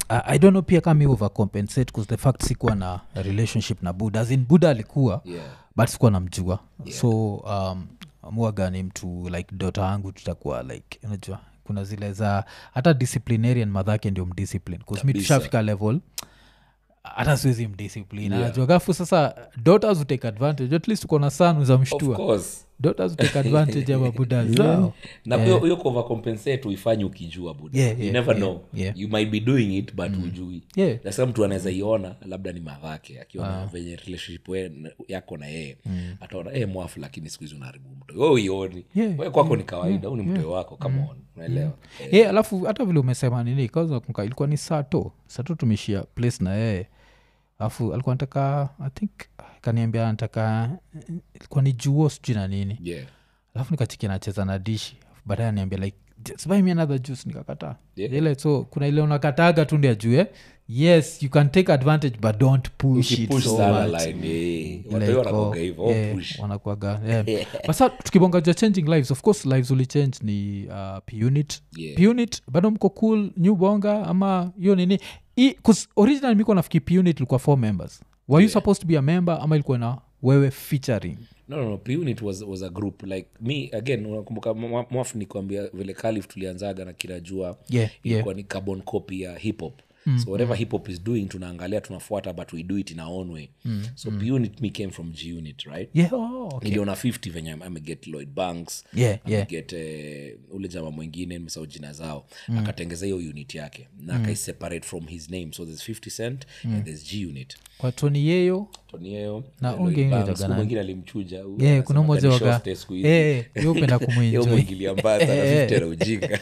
[SPEAKER 2] Ah, i don't know pia kama overcompensate bcause the fact sikuwa na relationship na buda as in buda alikuwa
[SPEAKER 1] Yeah.
[SPEAKER 2] but sikuwa namjua so um, mwaga ni mtu like dota yangu tutakuwa like unajua kuna zile za hata disciplinarian madhake ndio mdiscipline kusmi tushafika level hata siwezi mdiscipline yeah. ajuagafu sasa dotas utake advantage at least ukona san za
[SPEAKER 1] of
[SPEAKER 2] mshtua
[SPEAKER 1] course
[SPEAKER 2] dotas utake advantage ya mabuda zao
[SPEAKER 1] na hiyo hiyo kuovercompensate uifanye ukijua buda
[SPEAKER 2] Eh. Yeah, yeah,
[SPEAKER 1] you never
[SPEAKER 2] yeah,
[SPEAKER 1] know
[SPEAKER 2] yeah.
[SPEAKER 1] you might be doing it but mm. ujui
[SPEAKER 2] Yeah. Ah.
[SPEAKER 1] nasa mtu anaweza iona labda ni madhake akiwa na venye relationship we- yako na yeye mm. ataona e mwafu lakini siku hizi unaharibu mto we uioni
[SPEAKER 2] Yeah, Mm.
[SPEAKER 1] we kwako ni kawaida huu ni mtoe wako kama on unaelewa Eh,
[SPEAKER 2] yeah, alafu hata vile umesema nini kazakumka ilikuwa ni sato sato tumeshia place na yeye alafu alikuwa nataka i think kaniambia nataka ilikuwa ni juo sijui na nini
[SPEAKER 1] yeah.
[SPEAKER 2] alafu nikachikia nacheza na dishi Alafu baadaye aniambia like "Just buy me another juice nikakataa
[SPEAKER 1] Yeah.
[SPEAKER 2] ile so kuna ile unakataga tu ndi ajue yes you can take advantage but don't push it
[SPEAKER 1] Push
[SPEAKER 2] so
[SPEAKER 1] sana
[SPEAKER 2] much."
[SPEAKER 1] line, eh. Watu wengi
[SPEAKER 2] Ile iko-
[SPEAKER 1] wanakuwaga hivyo, oh,
[SPEAKER 2] eh,
[SPEAKER 1] push.
[SPEAKER 2] wanakuwaga eh. basa tukibonga jua changing lives of course lives ulichange ni uh, punit
[SPEAKER 1] Yeah.
[SPEAKER 2] punit bado mko cool new bonga ama hiyo nini I, 'cause original miko nafiki punit ilikuwa four members were you supposed to be a member ama ilikuwa na wewe featuring
[SPEAKER 1] no, no, no. P-Unit was, was a group like me again unakumbuka mwa- mwafu nikuambia vile kalif tulianzaga na kirajua
[SPEAKER 2] Yeah,
[SPEAKER 1] ilikuwa ni carbon copy ya hip hop mm. so whatever hip hop is doing tunaangalia tunafuata but we do it in our own way mm. so mm. p-unit me came from g-unit right
[SPEAKER 2] yeah, oh, okay.
[SPEAKER 1] niliona 50 venye ameget lloyd banks
[SPEAKER 2] Yeah, yeah.
[SPEAKER 1] ameget uh, ule jama mwingine nimesahau jina zao
[SPEAKER 2] Mm.
[SPEAKER 1] akatengeza hiyo unit yake na akaiseparate from his name so there's 50 cent
[SPEAKER 2] Mm.
[SPEAKER 1] and there's g unit
[SPEAKER 2] kwa toni yeyo
[SPEAKER 1] tonieo
[SPEAKER 2] Na
[SPEAKER 1] Lloyd
[SPEAKER 2] unge
[SPEAKER 1] Banks,
[SPEAKER 2] inaitwaga
[SPEAKER 1] huyu
[SPEAKER 2] nani?
[SPEAKER 1] mwingine alimchuja huyu
[SPEAKER 2] Yeah,
[SPEAKER 1] anasema
[SPEAKER 2] Eh, kuna mmoja
[SPEAKER 1] Gani
[SPEAKER 2] waga-
[SPEAKER 1] Shoste siku hizi.
[SPEAKER 2] Eh, eh, yeye hupenda kumenjoy.
[SPEAKER 1] Yeye mwigilia mbaya sana,
[SPEAKER 2] Eh,
[SPEAKER 1] 50
[SPEAKER 2] eh.
[SPEAKER 1] na ujinga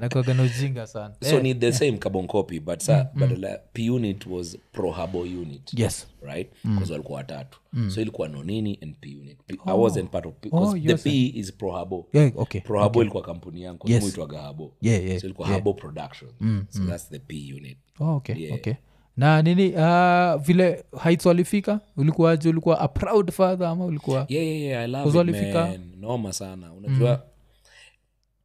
[SPEAKER 2] nakuagana ujinga sana
[SPEAKER 1] so ni the same carbon copy but
[SPEAKER 2] Mm,
[SPEAKER 1] sa badala p unit was prohabo unit
[SPEAKER 2] yes
[SPEAKER 1] right
[SPEAKER 2] Mm.
[SPEAKER 1] because walikuwa watatu so ilikuwa nonini and p unit P- i wasn't part of p because
[SPEAKER 2] Oh,
[SPEAKER 1] the
[SPEAKER 2] you're
[SPEAKER 1] p is prohabo
[SPEAKER 2] Yeah, okay,
[SPEAKER 1] prohabo ilikuwa kampuni yangu
[SPEAKER 2] Yes.
[SPEAKER 1] muitwaga habo
[SPEAKER 2] Yeah, yeah, Mm,
[SPEAKER 1] so ilikuwa habo production so that's the p unit
[SPEAKER 2] oh, okay, okay na nini uh, vile heights walifika ulikuwaje ulikuwa a proud father ama ulikuwa
[SPEAKER 1] yeah, yeah, yeah, I love
[SPEAKER 2] Kuzo
[SPEAKER 1] it,
[SPEAKER 2] alifika?
[SPEAKER 1] man. noma sana unajua Mm.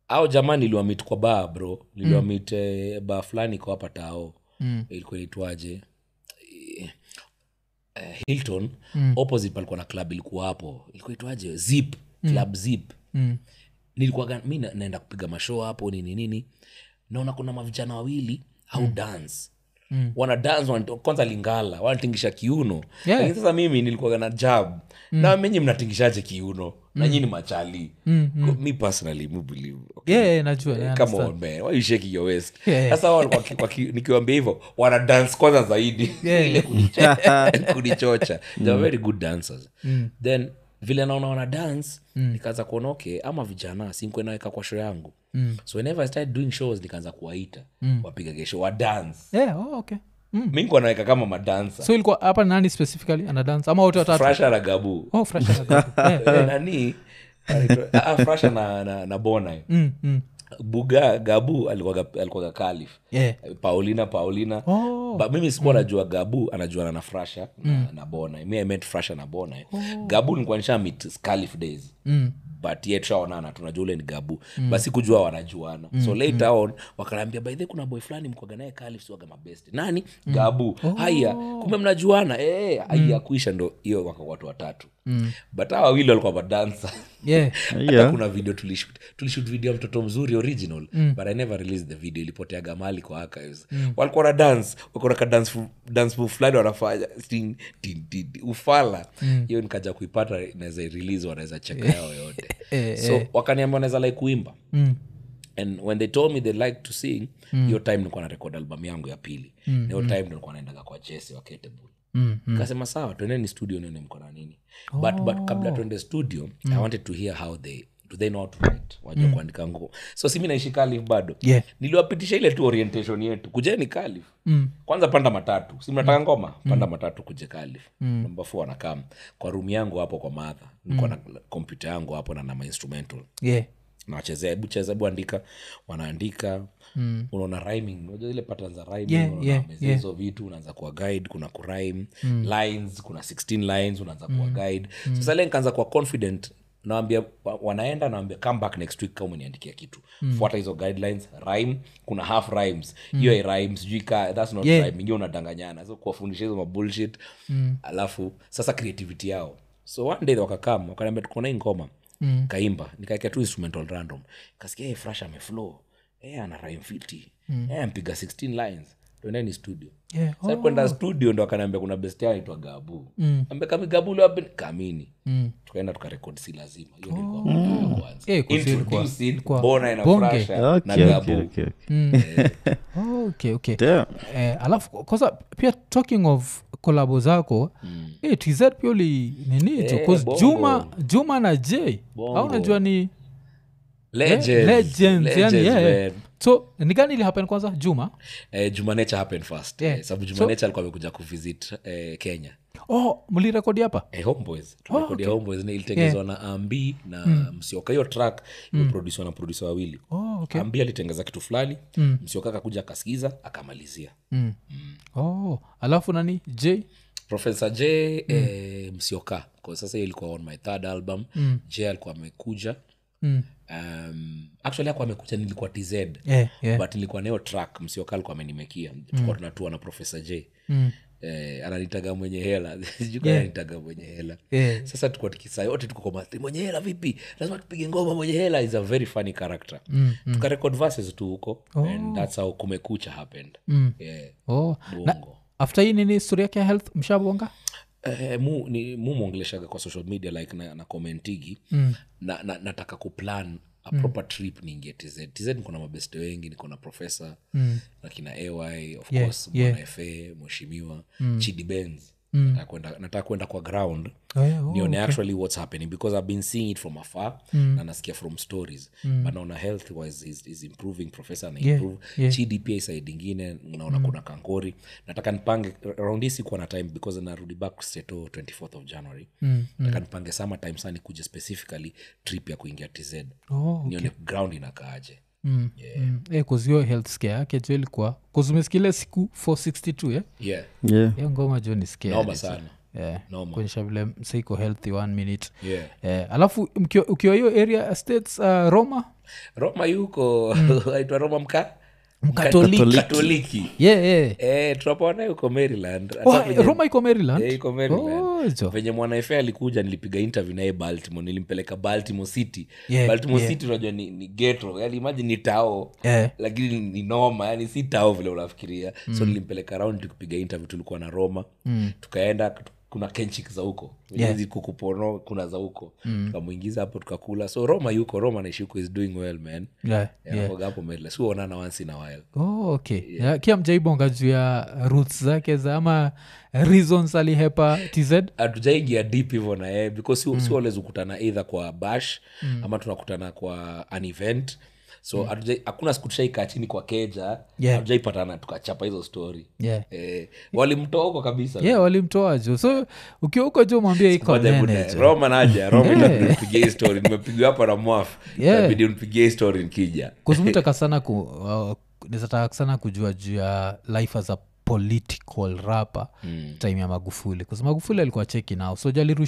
[SPEAKER 1] au jamaa niliwamit kwa baa bro niliwamit mm. baa fulani kwa hapa tao mm. ilikuwa inaitwaje Eh, eh, hilton mm. opposite palikuwa na club ilikuwa hapo ilikuwa itwaje zip club zip
[SPEAKER 2] Mm.
[SPEAKER 1] nilikuwa mi na- naenda kupiga mashow hapo nini nini naona kuna mavijana wawili au mm. dance Mm. wana dance wana- kwanza lingala wanatingisha kiuno
[SPEAKER 2] Yeah.
[SPEAKER 1] lakini sasa mimi nilikuwaga na jab mm. na menyi mnatingishaje kiuno na nyi ni machali mm, mm. mi personally mi believe okay?
[SPEAKER 2] yeah, yeah, najua yeah,
[SPEAKER 1] Eh, Come on, man. Why you shaking your waist?
[SPEAKER 2] Yeah.
[SPEAKER 1] Sasa wao waki- waki- nikiwaambia hivyo wana dance kwanza zaidi
[SPEAKER 2] Yeah.
[SPEAKER 1] ile kunicho- kunichocha they
[SPEAKER 2] Mm.
[SPEAKER 1] were very good dancers then vile naona wana dance
[SPEAKER 2] Mm.
[SPEAKER 1] nikaanza kuona okay ama vijana sinkwe naweka kwa show yangu
[SPEAKER 2] Mm.
[SPEAKER 1] so whenever i started doing shows nikaanza kuwaita wapiga kesho wa dance
[SPEAKER 2] yeah, oh, okay.
[SPEAKER 1] mm. mi nikuwa naweka kama madansa
[SPEAKER 2] so ilikuwa hapa nani specifically ana dance ama wote watatu
[SPEAKER 1] frasha na gabu
[SPEAKER 2] oh, fresh anakuja. Eh,
[SPEAKER 1] Eh, nani anaitwa- ah, frasha na, na, na bona
[SPEAKER 2] mm, mm.
[SPEAKER 1] buga gabu alikuwaga alikuwaga kalif
[SPEAKER 2] Yeah.
[SPEAKER 1] Eh, paulina paulina
[SPEAKER 2] Oh.
[SPEAKER 1] But mimi sikuwa najua gabu anajuana na frasha na, na bona mi I met frasha na bona gabu nikuwa nishamit calif days Oh. mm but ye tushaonana tunajua ule ni gabu mm. basi kujua wanajuana mm. so later on wakanaambia by the way kuna boy fulani mkwaga naye kalif siwaga mabest nani mm. gabu oh. haya kumbe mnajuana eh haya kuisha ndo hiyo waka watu watatu mm. but hawa wawili walikuwa madansa
[SPEAKER 2] yeah.
[SPEAKER 1] hata
[SPEAKER 3] Yeah.
[SPEAKER 1] kuna video tulishut tulishut video ya mtoto mzuri original mm. but i never released the video ilipoteaga mali kwa archives mm. walikuwa na dance wako kuna kadansbu fulani wanafanya ting, ting, ting, ting, ufala hiyo nikaja kuipata naweza irelease wanaweza cheka yao yote so wakaniambia wanaweza like kuimba
[SPEAKER 2] Mm.
[SPEAKER 1] and when they told me they like to sing hiyo time nilikuwa na record album yangu ya pili mm. hiyo time nilikuwa naendaga kwa jesse wa ketebul
[SPEAKER 2] Mm.
[SPEAKER 1] kasema sawa twendeni studio nione mko na nini but,
[SPEAKER 2] Oh.
[SPEAKER 1] but kabla tuende studio
[SPEAKER 2] Hmm.
[SPEAKER 1] i wanted to hear how they do they know how to write wajua kuandika nguo so simi naishi kalif bado
[SPEAKER 2] Yeah.
[SPEAKER 1] niliwapitisha ile tu orientation yetu kujeni kalif
[SPEAKER 2] Mm.
[SPEAKER 1] kwanza panda matatu
[SPEAKER 2] Hmm.
[SPEAKER 1] simnataka ngoma panda matatu kuje kalif mm. namba f anakam kwa rumu yangu hapo kwa madha niko
[SPEAKER 2] Hmm.
[SPEAKER 1] na kompyuta yangu hapo na nama instrumental
[SPEAKER 2] yeah
[SPEAKER 1] nawachezea hebu cheza hebu andika wanaandika mm. unaona rhyming unajua zile pattern za rhyming
[SPEAKER 2] Hmm. Yeah,
[SPEAKER 1] unaona
[SPEAKER 2] yeah,
[SPEAKER 1] wameza hizo vitu unaanza kuwa guide kuna kurime lines kuna 16 lines unaanza kuwa guide sasa leo nikaanza kuwa confident nawambia wanaenda nawambia come back next week kama umeniandikia kitu fuata hizo guidelines rhyme kuna half rhymes hiyo Mm. mm. rhyme sijui ka that's not
[SPEAKER 2] Yeah.
[SPEAKER 1] yeah. rhyming hiyo unadanganyana so kuwafundisha hizo mabullshit mm. alafu sasa creativity yao so one day wakakam wakaniambia tukona hii ngoma mm. kaimba nikaekea tu instrumental random kasikia hey, fresh ameflow hey, ana rhyme fiti mm. hey, ampiga 16 lines tuendeni studio
[SPEAKER 2] yeah Oh.
[SPEAKER 1] Sasa kwenda studio ndo akanaambia kuna best yao aitwa gabu mm. ambia kami gabu lewapi kamini mm. tukaenda tukarekod si lazima hiyo ndio ilikuwa mara yangu ya kwanza.
[SPEAKER 2] Eh, kwa siri ilikuwa-
[SPEAKER 1] Introducing
[SPEAKER 2] ilikuwa
[SPEAKER 1] Bona na
[SPEAKER 2] bonge.
[SPEAKER 1] Frasha na
[SPEAKER 3] okay,
[SPEAKER 1] gabu
[SPEAKER 3] okay, okay, okay.
[SPEAKER 2] Oh, okay okay
[SPEAKER 3] Damn.
[SPEAKER 2] eh, alafu kosa pia talking of kolabo zako mm. eh, tz pia uli nini hicho?
[SPEAKER 1] Eh,
[SPEAKER 2] 'Cause
[SPEAKER 1] bongo.
[SPEAKER 2] juma juma na j
[SPEAKER 1] Bongo.
[SPEAKER 2] au unajua ni
[SPEAKER 1] Legends,
[SPEAKER 2] eh, legends, yani,
[SPEAKER 1] legends,
[SPEAKER 2] yeah, yeah.
[SPEAKER 1] man.
[SPEAKER 2] so ni gani ilihapen kwanza juma
[SPEAKER 1] Eh, Juma Nature happened first
[SPEAKER 2] Yeah.
[SPEAKER 1] Eh, sababu
[SPEAKER 2] So-
[SPEAKER 1] jumanecha alikuwa amekuja kuvisit eh, kenya
[SPEAKER 2] oh mlirekodi hapa
[SPEAKER 1] Eh, homeboys
[SPEAKER 2] Oh,
[SPEAKER 1] tumekodia homeboys na ilitengezwa na ambi na msioka hiyo track imeprodusiwa na produsa wawili
[SPEAKER 2] Mm. oh, okay.
[SPEAKER 1] ambi alitengeza kitu fulani msioka akakuja akasikiza akamalizia
[SPEAKER 2] mm. oh, alafu nani j
[SPEAKER 1] profesa j eh, msioka kwa sasa hiyo ilikuwa on my third album mm. j alikuwa amekuja
[SPEAKER 2] mm.
[SPEAKER 1] um, actually akuwa amekuja nilikuwa tz
[SPEAKER 2] yeah, yeah.
[SPEAKER 1] but nilikuwa nayo track msioka alikuwa amenimekia tulikuwa tunatua na profesa j
[SPEAKER 2] Mm.
[SPEAKER 1] eh, ananitaga mwenye hela sijuka yeah. ananitaga mwenye hela
[SPEAKER 2] Yeah.
[SPEAKER 1] sasa tukuwa tukisa yote tuko kwa mathi, mwenye hela vipi lazima tupige ngoma mwenye hela is a very funny character mm, mm. tukarekod verses tu huko oh. and that's how kumekucha happened mm. yeah,
[SPEAKER 2] oh. na
[SPEAKER 1] bongo
[SPEAKER 2] after hii nini story yake ya health mshabonga
[SPEAKER 1] Eh, mu ni- mu mwongeleshaga kwa social media like na, na komentigi mm. na, na, nataka kuplan a proper trip niingie tz tz niko na mabeste wengi niko na profesa mm. nakina ay of
[SPEAKER 2] Yeah,
[SPEAKER 1] course
[SPEAKER 2] yeah.
[SPEAKER 1] mwana fa mweshimiwa chidi benz nataka kwenda- nataka kwenda kwa ground
[SPEAKER 2] Eh, oh,
[SPEAKER 1] nione actually what's happening because i've been seeing it from afar mm. na nasikia from stories mm. but naona health wise is, is improving professor na improve
[SPEAKER 2] yeah. Mm.
[SPEAKER 1] chidi pia isaid ingine naona kuna kangori nataka nipange round hii sikuwa na time because narudi back seto 24th of january mm. nataka nipange summer time sana nikuje specifically trip ya kuingia tz
[SPEAKER 2] oh,
[SPEAKER 1] nione ground inakaaje
[SPEAKER 2] mm. mm. eh, 'cause hiyo health scare yake jo ilikuwa kuzumeskile siku 462 eh?
[SPEAKER 1] yeah
[SPEAKER 3] Yeah.
[SPEAKER 2] hiyo ngoma jo ni scare
[SPEAKER 1] naomba
[SPEAKER 2] ni-
[SPEAKER 1] sana
[SPEAKER 2] eh,
[SPEAKER 1] Noma.
[SPEAKER 2] kuonyesha vile mseiko healthy one minute
[SPEAKER 1] yeah
[SPEAKER 2] eh, alafu mkiwa- ukiwa hiyo area states uh, roma
[SPEAKER 1] roma yuko aitwa roma mka
[SPEAKER 2] Mm. Mkatoliki.
[SPEAKER 1] Mkatoliki.
[SPEAKER 2] yeah, yeah.
[SPEAKER 1] Eh, tunapoona yuko maryland Hata
[SPEAKER 2] Oh,
[SPEAKER 1] kwenye-
[SPEAKER 2] roma iko maryland
[SPEAKER 1] Eh, iko Maryland.
[SPEAKER 2] Oh, jo.
[SPEAKER 1] venye mwanaefe alikuja nilipiga interview naye baltimore nilimpeleka baltimore city
[SPEAKER 2] Yeah,
[SPEAKER 1] baltimore
[SPEAKER 2] yeah.
[SPEAKER 1] city unajua ni, ni getro yani imagine ni tao
[SPEAKER 2] Eh.
[SPEAKER 1] lakini ni noma yani si tao vile unafikiria so
[SPEAKER 2] Mm.
[SPEAKER 1] nilimpeleka round tukipiga interview tulikuwa na roma tukaenda tu- kuna kenchik za huko
[SPEAKER 2] Yeah. Mm.
[SPEAKER 1] hizi kukupono kuna za huko tukamwingiza hapo tukakula so roma yuko roma naishi huko is doing well man
[SPEAKER 2] Yeah, yeah.
[SPEAKER 1] yeah. hapo Maryland. Si huonana once in a while
[SPEAKER 2] Oh, okay yeah. kia mjaibonga juu ya roots zake za ama reasons alihepa tz
[SPEAKER 1] hatujaingia deep hivyo na yeye because si,
[SPEAKER 2] Mm.
[SPEAKER 1] si always hukutana either kwa bash mm. ama tunakutana kwa an event so hatujai- hakuna siku tushaikaa chini kwa keja
[SPEAKER 2] Mm. Yeah.
[SPEAKER 1] hatujaipatana tukachapa hizo story
[SPEAKER 2] yeah.
[SPEAKER 1] eh, walimtoa huko kabisa
[SPEAKER 2] yeah walimtoa jo so ukiwa huko jo mwambia iko
[SPEAKER 1] Ngoja
[SPEAKER 2] nene
[SPEAKER 1] kuna-
[SPEAKER 2] jo
[SPEAKER 1] roma naja roma inabidi unipigie hii story nimepigwa hapa na mwaf
[SPEAKER 2] Yeah.
[SPEAKER 1] inabidi unipigie hii story nikija
[SPEAKER 2] kuzumutaka sana ku, uh, nizataka sana kujua juu ya life as a political rapa mm. time ya magufuli kause magufuli alikuwa cheki nao so ju alirusha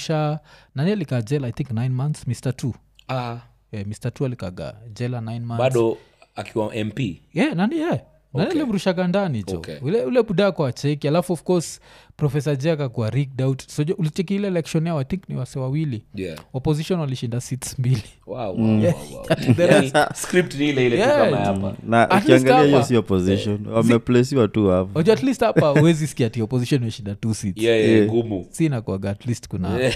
[SPEAKER 2] nani alikaa jela i think 9 months mr t
[SPEAKER 1] ah,
[SPEAKER 2] eh, mr t alikaga jela 9 months
[SPEAKER 1] bado akiwa mp
[SPEAKER 2] yeah, nani ye nani alimrushaga ndani jo
[SPEAKER 1] Okay.
[SPEAKER 2] ule, ule budako acheki alafu of course profesa jak akuwa rigged out so ulicheki ile election yao I think ni wase wawili
[SPEAKER 1] yeah.
[SPEAKER 2] opposition walishinda seats mbili
[SPEAKER 1] wow, wow, wow, wow. Yaani, script ni ile ile tu
[SPEAKER 2] Mm. Yeah.
[SPEAKER 1] kama hapa
[SPEAKER 3] na
[SPEAKER 2] At
[SPEAKER 3] ukiangalia
[SPEAKER 2] least
[SPEAKER 3] hiyo
[SPEAKER 2] hapa.
[SPEAKER 3] sio opposition wameplesiwa tu hapo
[SPEAKER 2] Wajua, at least hapa huwezi sikia ati opposition imeshinda two seats
[SPEAKER 1] yeah, yeah, ngumu
[SPEAKER 2] si inakuaga at least kuna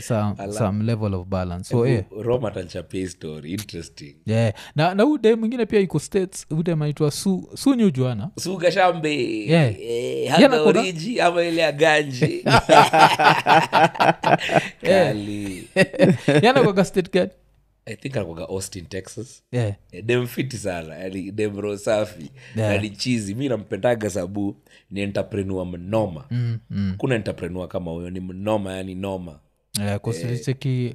[SPEAKER 2] some, some level of balance so eh,
[SPEAKER 1] roma tanchapia hii story interesting
[SPEAKER 2] yeah. na, na huu dem mwingine pia iko states huu dem anaitwa su su nyujuana
[SPEAKER 1] suga shambe
[SPEAKER 2] Yeah.
[SPEAKER 1] eh,
[SPEAKER 2] Yeah,
[SPEAKER 1] hana
[SPEAKER 2] na kuna-
[SPEAKER 1] oriji ama ile ya ganji kali
[SPEAKER 2] yanakwaga state gani
[SPEAKER 1] i think anakuaga austin texas
[SPEAKER 2] yeah.
[SPEAKER 1] Eh, dem fiti sana yani dem roho safi
[SPEAKER 2] Yeah.
[SPEAKER 1] yeah. chizi mi nampendaga sabu ni entrepreneur mnoma mm, mm. kuna entrepreneur kama huyo ni mnoma yani noma
[SPEAKER 2] Yeah, 'cause ulicheki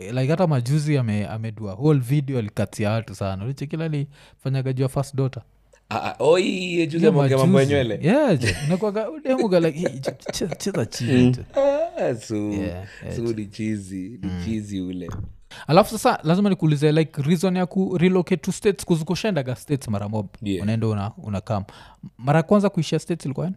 [SPEAKER 2] eh, like hata majuzi ame- amedua whole video alikatia watu sana ulichekila alifanyaga juu ya first daughter
[SPEAKER 1] Ah, oijuzi ameongea mambo ya nywele
[SPEAKER 2] Yeah, je, inakuwaga udemuga like "Hey, ch- ch- cheza chini tu."
[SPEAKER 1] Ah, su
[SPEAKER 2] Yeah, Mm.
[SPEAKER 1] su ni chizi ni chizi ule
[SPEAKER 2] alafu sasa lazima nikuulize like reason ya ku relocate to states kuzikoshendaga states mara mob
[SPEAKER 1] Yeah.
[SPEAKER 2] unaenda una, una kam mara ya kwanza kuishia states ilikuwa yani